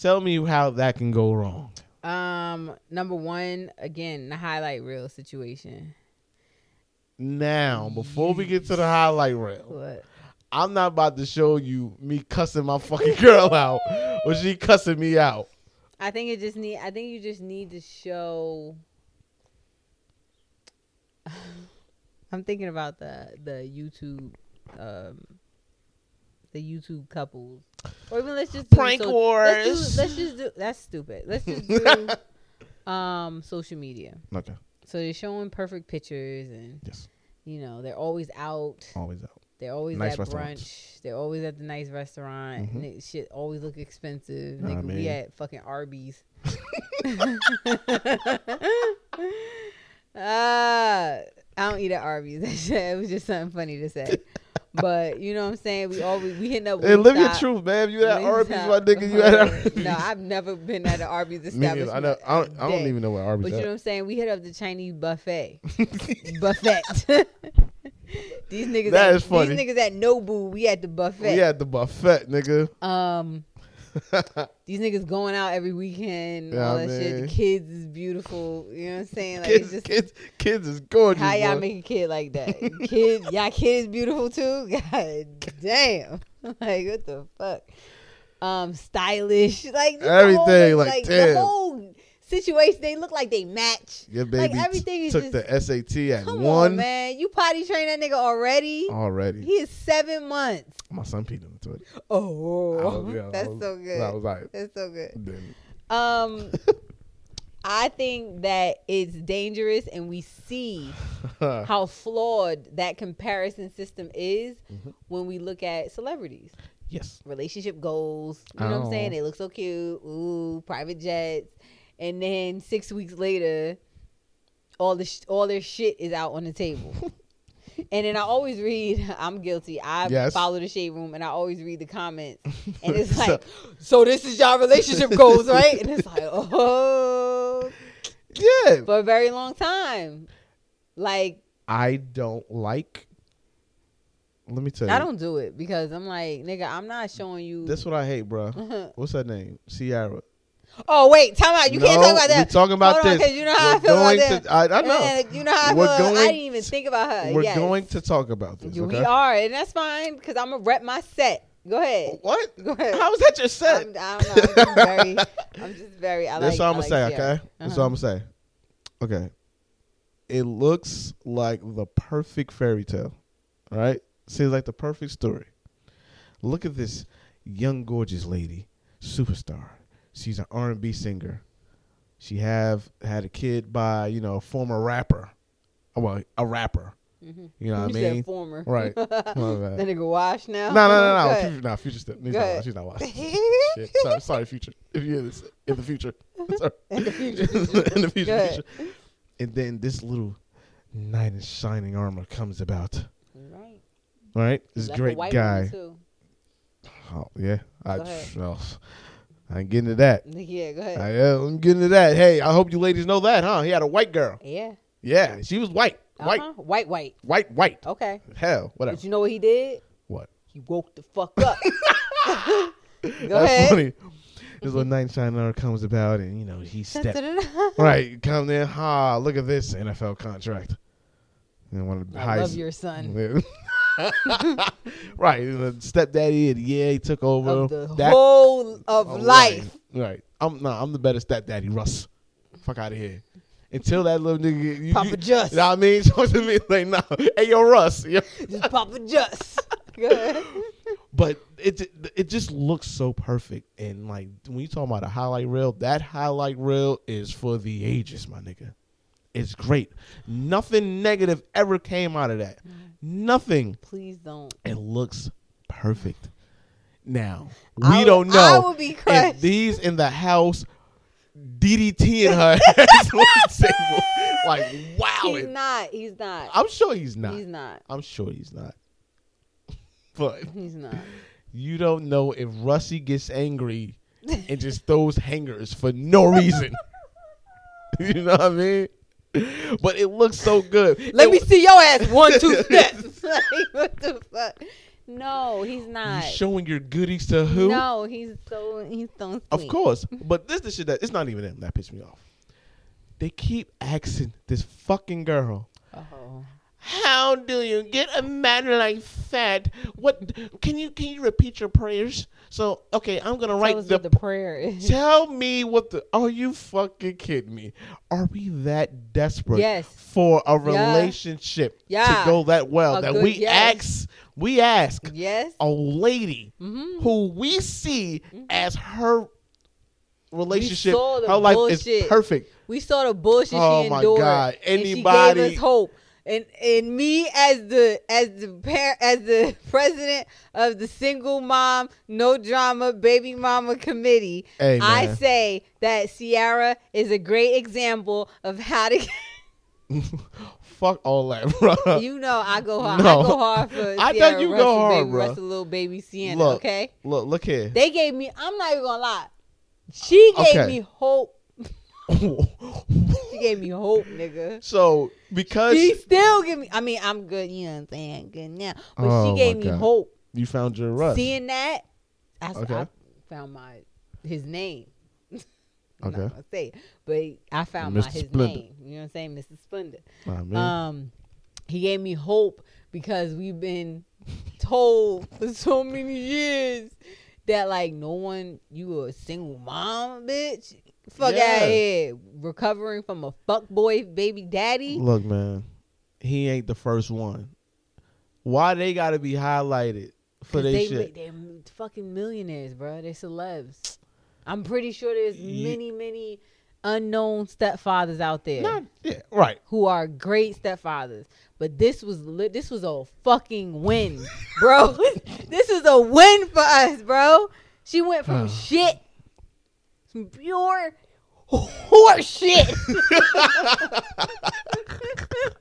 Tell me how that can go wrong. Um, number one, again, the highlight reel situation. Now, before we get to the highlight reel, What? I'm not about to show you me cussing my fucking girl out or she cussing me out. I think it just need. I think you just need to show. I'm thinking about the the YouTube, um, the YouTube couples, or even let's just do Prank Let's, wars. do, let's just do. That's stupid. Let's just do, um, social media. Okay. So they're showing perfect pictures, and Yes. you know they're always out. Always out. They're always Oh, Nice at restaurants. brunch. They're always at the nice restaurant. Mhm. Ni- shit always look expensive. Nah, Nigga, man. we at fucking Arby's. Ah, I don't eat at Arby's. That shit it was just something funny to say. But you know what I'm saying? We always we hitting up. Hey, live your Wingstop. truth, man. You at Arby's, Wingstop. my nigga. You at Arby's. No, I've never been at an Arby's Me neither. establishment. I know. I don't, I don't Day. even know where But Arby's you know what at. I'm saying? We hit up the Chinese buffet. buffet. these niggas That at, is funny. These niggas at Nobu, we at the buffet. We at the buffet, nigga. Um these niggas going out every weekend, Yeah, all that shit. The man. kids is beautiful. You know what I'm saying? Like Kids, it's just kids, kids is gorgeous. how y'all boy. make a kid like that? kid y'all kid is beautiful too? God damn. Like what the fuck? Um stylish. Like just the whole- Everything, like, damn. the whole situation, they look like they match. Your like, baby t- everything is took just- the SAT at Come one on, man. You potty trained that nigga already. already. He is seven months. My son peed into it. I Oh, was- yeah, I that's was- so good. I was like, that's so good. then Um, I think that it's dangerous, and we see how flawed that comparison system is Mm-hmm. when we look at celebrities. yes. Relationship goals. You know what I'm saying? Oh. They look so cute. Ooh, private jets. And then six weeks later, all the sh- all their shit is out on the table. and then I always read. I'm guilty. I Yes. follow the shade room, and I always read the comments. And it's like, so this is y'all relationship goals, right? And it's like, oh, Yeah. for a very long time, like I don't like Let me tell you. I don't do it because I'm like, nigga, I'm not showing you. That's what I hate, bro. What's her name? Ciara. oh wait, time out. You can't No, talk about that. We talking about Hold on, this. 'cause you know how We're I feel about going that. to- I, I know. And you know how I We're feel. I going- didn't even think about her. We're Yes. going to talk about this. We Okay? are, and that's fine because I'm gonna rep my set. Go ahead. What? Go ahead. Oh. How is that your set? I'm, I don't know. I'm just very. I'm just very. I That's like, Uh-huh. all I'm I gonna like say. Ciara. Okay. That's all I'm gonna say. Okay. It looks like the perfect fairy tale. All right. Seems like the perfect story. Look at this young, gorgeous lady, superstar. She's an R&B singer. She have had a kid by you know a former rapper. Oh, well, a rapper. You know You what I said mean? Mm-hmm. former. Right. My bad. That no, nigga wash now. no, no, no. Go Future, no, future step. She's Go not, ahead. watching. she's not watching. ahead. Shit. Sorry, sorry, future. If you hear this in the future, sorry. in the future, Go ahead. future. And then this little knight in shining armor comes about. Right. All right, this Left a great white woman, guy. too. Oh yeah, I, Go ahead. well, I ain't getting to that. Yeah. Go ahead. I, am getting to that. Hey, I hope you ladies know that, huh? He had a white girl. yeah. Yeah, she was white, white, Uh-huh. White. White. white, white. Okay. Hell, whatever. But you know what he did? what? He woke the fuck up. Go That's ahead. funny. This little knight in shining armor comes about, and you know he stepped. Da-da-da-da. Right, come there. Ha, look at this NFL contract. And one of the I love highest. your son. Yeah. right, and the stepdaddy, and yeah, he took over. Of the That- whole of oh, right, life. Right, I'm no, I'm the better stepdaddy, Russ. Fuck out of here. Until that little nigga, you- you, Papa Just. You know what I mean, so to me, like, no, hey, yo, Russ. Yo. Just Papa Just. Go ahead. But it it just looks so perfect, and like when you talk about a highlight reel, that highlight reel is for the ages, my nigga. It's great. Nothing negative ever came out of Mm-hmm. that. Nothing. Please don't. It looks perfect. Now we I would- don't know. I would be if crushed. these in the house, DDT in her ass on the table. Like wow. He's it- not. He's not. I'm sure he's not. He's not. I'm sure he's not. But He's not. you don't know if Russie gets angry and just throws hangers for no reason. you know what I mean? But it looks so good. Let It me wa- see your ass one, two steps. like, what the fuck? No, he's You not. showing your goodies to who? No, he's so he's so sweet. Of course. But this the shit that it's not even them that pissed me off. They keep asking this fucking girl. Oh. How do you get a man like that? What can you can you repeat your prayers? So okay, I'm gonna Right, write the, the the prayer is. Tell me what the are you fucking kidding me? Are we that desperate Yes. for a Yeah. relationship Yeah. to go that well A that good we yes. ask we ask Yes. a lady Mm-hmm. who we see as her relationship saw the her life is bullshit. perfect. We saw the bullshit Oh she my endured. God. and she gave Anybody- us hope. And and me as the as the par- as the president of the single mom no drama baby mama committee, Hey, I man. say that Ciara is a great example of how to. Fuck all that, bro. you know I go hard. No. I go hard for. I Ciara thought you go Russell, hard, baby bruh. Russell, little baby Sienna. look, Okay, look, look here. they gave me. I'm not even gonna lie. She gave Okay. me hope. She gave me hope, nigga. so because she still give me. I mean, I'm good. You know what I'm saying? Good now, but Oh, she gave my me God. hope. you found your rust, Seeing that, I, s- I Okay. found my his name. I'm okay, not gonna say, it, but I found my Mr. his Splendid. name. You know what I'm saying, Mr. Splendid. I mean, Um, he gave me hope because we've been told for so many years that like no one, you a single mom, bitch. Fuck out Yeah. of here. Recovering from a fuck boy baby daddy. Look, man, he ain't the first one. Why they gotta be highlighted for 'Cause they, they, shit? They're fucking millionaires, bro. They're celebs. I'm pretty sure there's Ye- many, many unknown stepfathers out there Not, yeah, right. who are great stepfathers. But this was lit. This was a fucking win, bro. this is a win for us, bro. She went from shit, some pure whore shit,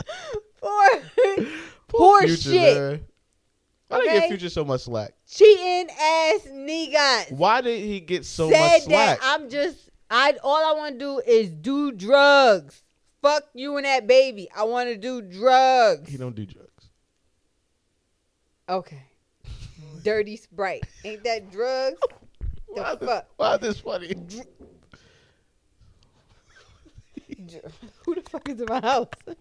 for Poor poor shit, man. Why they Okay? get Future so much slack? cheating ass niggas. Why did he get so said much that slack? I'm just I all I want to do is do drugs. Fuck you and that baby. I want to do drugs. he don't do drugs. Okay. Dirty Sprite. Ain't that drugs? Why The this- fuck? Why is this funny? Dr- Who the fuck is in my house? I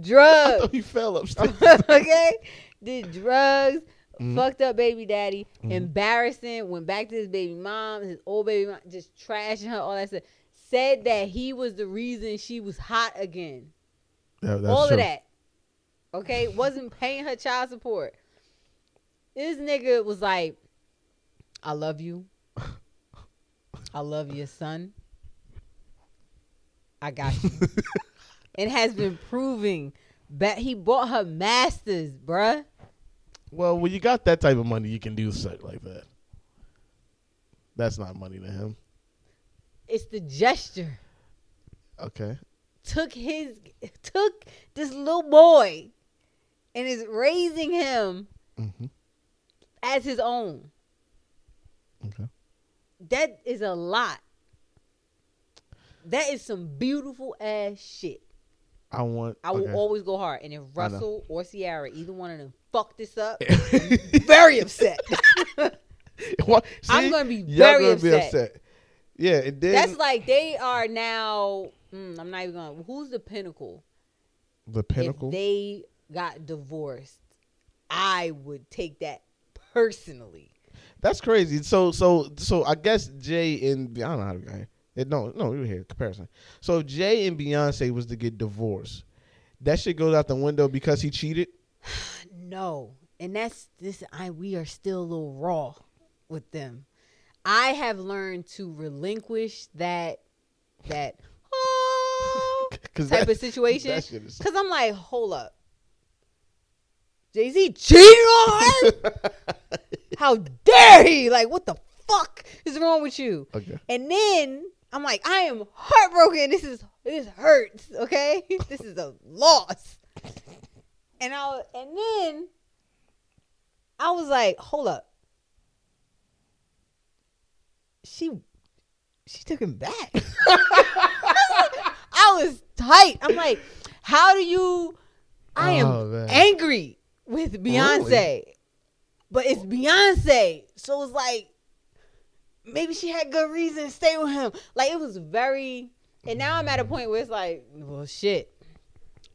Drugs. thought he fell upstairs. okay? Did drugs, Mm-hmm. fucked up baby daddy, embarrassing, went back to his baby mom, his old baby mom, just trashing her, all that stuff. Said that he was the reason she was hot again. That- that's all true. of that. Okay? Wasn't paying her child support. This nigga was like, I love you. I love your son. I got you. and has been proving that he bought her masters, bruh. Well, when you got that type of money, you can do shit like that. That's not money to him. It's the gesture. Okay. Took his took this little boy and is raising him Mhm. as his own. Okay. That is a lot. That is some beautiful ass shit. I want. I will okay. always go hard. And if I know. Russell or Sierra, either one of them, fuck this up, very upset. What? I'm See? gonna be Y'all very gonna be upset. upset. Yeah, and then That's like they are now. Mm, I'm not even going. to Who's the pinnacle? the pinnacle. If they got divorced, I would take that personally. That's crazy. So so so I guess Jay and I don't know how to go. It, no no we were here comparison. So if Jay and Beyonce was to get divorced. That shit goes out the window because he cheated. No, and that's this. I we are still a little raw with them. I have learned to relinquish that that oh, 'Cause type that- of situation that shit is- because I'm like, hold up, Jay Z cheating on her? How dare he? Like, what the fuck is wrong with you? Okay. And then I'm like, I am heartbroken. This is this hurts. Okay, this is a loss. And I and then I was like, hold up. She she took him back. I was tight. I'm like, how do you? I am Oh, man. angry with Beyonce, but it's Beyonce, so it's like maybe she had good reason to stay with him. Like it was very, and now I'm at a point where it's like, well, shit.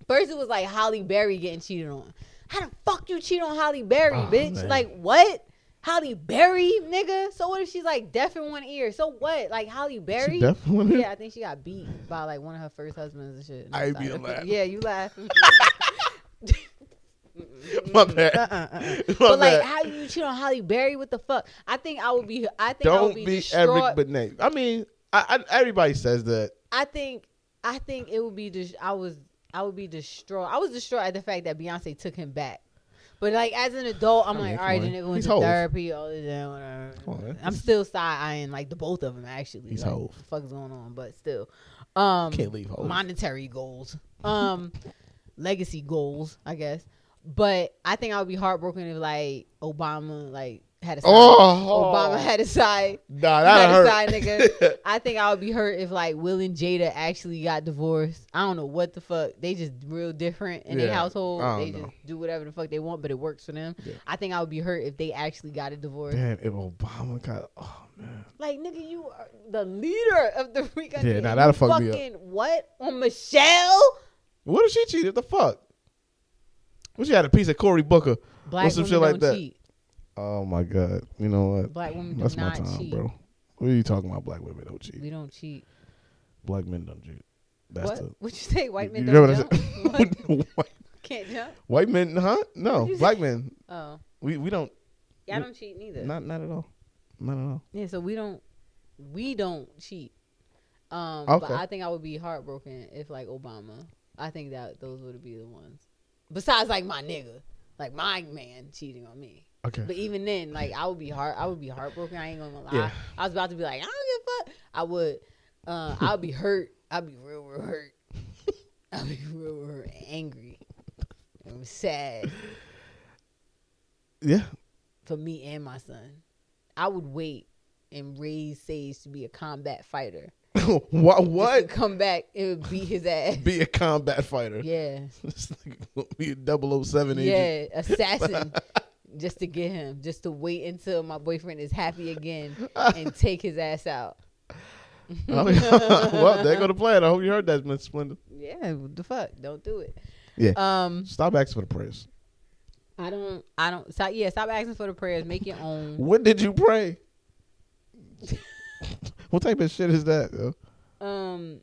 First, it was like Holly Berry getting cheated on. How the fuck you cheat on Holly Berry, Oh, bitch? man. Like what? Holly Berry, nigga. So what if she's like deaf in one ear? So what? Like Holly Berry. definitely. Yeah, I think she got beat by like one of her first husbands and shit. I be Sorry. laughing. Yeah, you laugh. My bad. My Uh-uh, but like, bad. how you cheat on Holly Berry? What the fuck? I think I would be. I think I would Don't be, be, distraught. Eric Benet. I mean, I, I, everybody says that. I think. I think it would be. Dis- I was. I would be distraught. I was distraught at the fact that Beyonce took him back. But like as an adult, I'm I mean, like, come all right, on. then nigga went He's to whole. therapy. All this and whatever. Come on, man. I'm still side eyeing like the both of them actually. He's like, whole. what the fuck's going on? But still, um, Can't leave hoes. monetary goals, um, legacy goals, I guess. But I think I would be heartbroken if like Obama like had a side. Oh. Obama had a side. Nah, Had a that side hurt. nigga. I think I would be hurt if like Will and Jada actually got divorced. I don't know what the fuck. They just real different in their Yeah, household. I They don't know. just do whatever the fuck they want, but it works for them. Yeah. I think I would be hurt if they actually got a divorce. Damn, if Obama got, oh man, Like nigga, you are the leader of the free country. Yeah, nah, and that'll you fuck me up. fucking What on Michelle? what if she cheated? The fuck? What she had a piece of Cory Booker? Black Or some women shit like don't that. cheat. Oh my god, you know what? Black women do That's my not time, cheat. bro. What are you talking about? Black women don't We cheat. don't cheat. Black men don't cheat. That's what? the. Would you say white men You know don't what I jump? What? said? White- Can't jump? White men, huh? No, you black men. Oh. We we don't. Yeah, I We- don't cheat neither. Not not at all. Not at all. Yeah, so we don't we don't cheat. Um but Okay. I think I would be heartbroken if like Obama. I think that those would be the ones. Besides like my nigga. Like my man cheating on me. Okay. But even then, like I would be heart I would be heartbroken. I ain't gonna lie. Yeah. I was about to be like, I don't give a fuck. I would uh I'll be hurt. I'll be real real hurt. I'll be real, real hurt, angry. I'm sad Yeah. for me and my son. I would wait and raise Sage to be a combat fighter. what Just to what? come back and beat his ass. Be a combat fighter. yeah. This nigga gonna be a 007 agent. Yeah. Assassin. just to get him, just to wait until my boyfriend is happy again and take his ass out. well, there go the plan. I hope you heard that, Miss Splendor. Yeah, what the fuck? Don't do it. Yeah. Um, Stop asking for the prayers. I don't. I don't. Stop, yeah, stop asking for the prayers. Make your own. When did you pray? what type of shit is that? Yo? Um.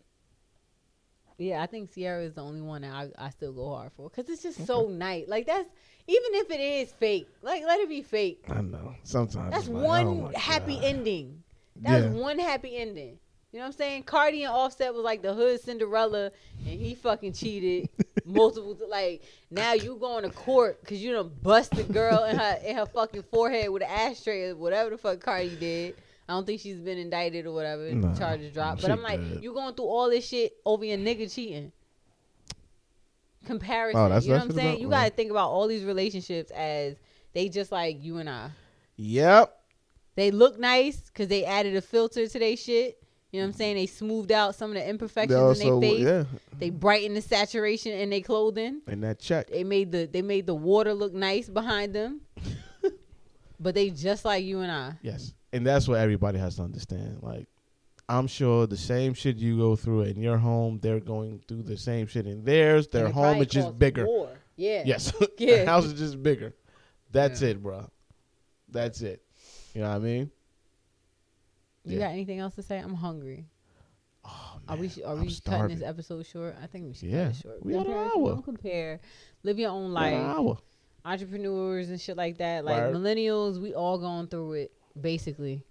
Yeah, I think Sierra is the only one that I, I still go hard for because it's just so nice. Like that's even if it is fake, like let it be fake. I know. Sometimes That's it's like, oh one my happy God. ending. That's Yeah. one happy ending. You know what I'm saying? Cardi and Offset was like the hood Cinderella, and he fucking cheated multiple. t- Like now you going to court because you done bust the girl in her in her fucking forehead with an ashtray or whatever the fuck Cardi did. I don't think she's been indicted or whatever. Nah, charges dropped. But she I'm like, good. you going through all this shit over your nigga cheating. Comparison. Oh, that's- you know that's what I'm what saying? about- you well. gotta think about all these relationships as they just like you and I. Yep. They look nice because they added a filter to their shit. You know what I'm saying? They smoothed out some of the They imperfections also, in their face. yeah, They brightened the saturation in their clothing. and that check. They made the they made the water look nice behind them. but they just like you and I. Yes. And that's what everybody has to understand. Like, I'm sure the same shit you go through in your home, they're going through the same shit in theirs. Their And it home probably is just caused bigger. war. Yeah. Yes. Yeah. the house is just bigger. That's Yeah. it, bro. That's it. You know what I mean? You Yeah. got anything else to say? I'm hungry. Oh, Are we man, are I'm we cutting starving. this episode short? I think we should Yeah. cut it short. We had an Compare- hour. Don't compare. Live your own Like, life. an hour. entrepreneurs and shit like that. Like Word. millennials, we all going through it. Basically,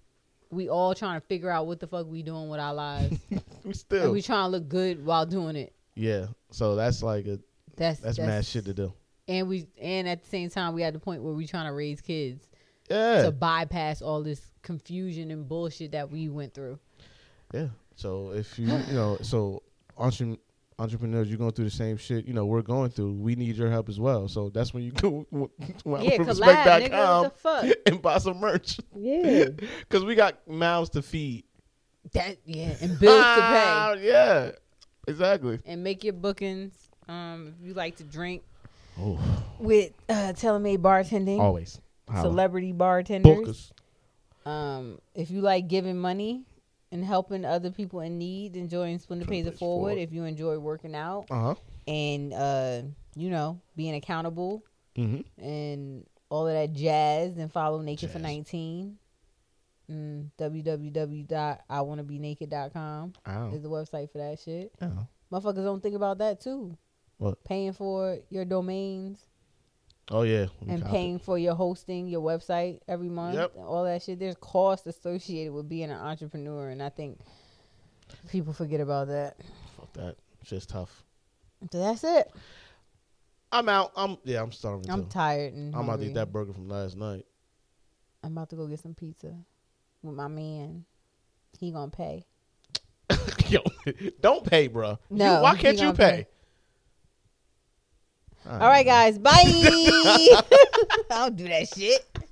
we all trying to figure out what the fuck we doing with our lives, We and still. we trying to look good while doing it. yeah. So that's like a That's that's, mad shit to do. And we and at the same time, we at the point where we trying to raise kids Yeah. to bypass all this confusion and bullshit that we went through. yeah. So if you you know so entre- entrepreneurs, you're going through the same shit. You know we're going through. We need your help as well. So that's when you go yeah, from collab, nigga. What the fuck? and buy some merch Yeah, because we got mouths to feed. that yeah, and bills to Ah, Yeah. Exactly. pay, and make your bookings. Um, if you like to drink Oh, with uh, Telemade bartending, always. Holla. celebrity bartenders. Bookers. Um, if you like giving money and helping other people in need, enjoying Splendor Pays It Pays Forward. Forward. If you enjoy working out Uh huh. and uh, you know, being accountable Mm-hmm. and all of that jazz, then follow Naked for Jazz. nineteen. Mm, www.iwannabenaked.com is Ow. the website for that shit. Ow. Motherfuckers don't think about that too. What? Paying for your domains Oh yeah. Let me and cop it. paying for your hosting, your website every month, Yep. and all that shit. There's costs associated with being an entrepreneur, and I think people forget about that. Fuck that. Shit's tough. So that's it. I'm out. I'm yeah. I'm starving. I'm too. tired and I'm about to hungry. eat that burger from last night. I'm about to go get some pizza with my man. He gonna pay. Yo, don't pay, bro. No, why he can't you gonna pay? All right, guys. Bye. I don't do that shit.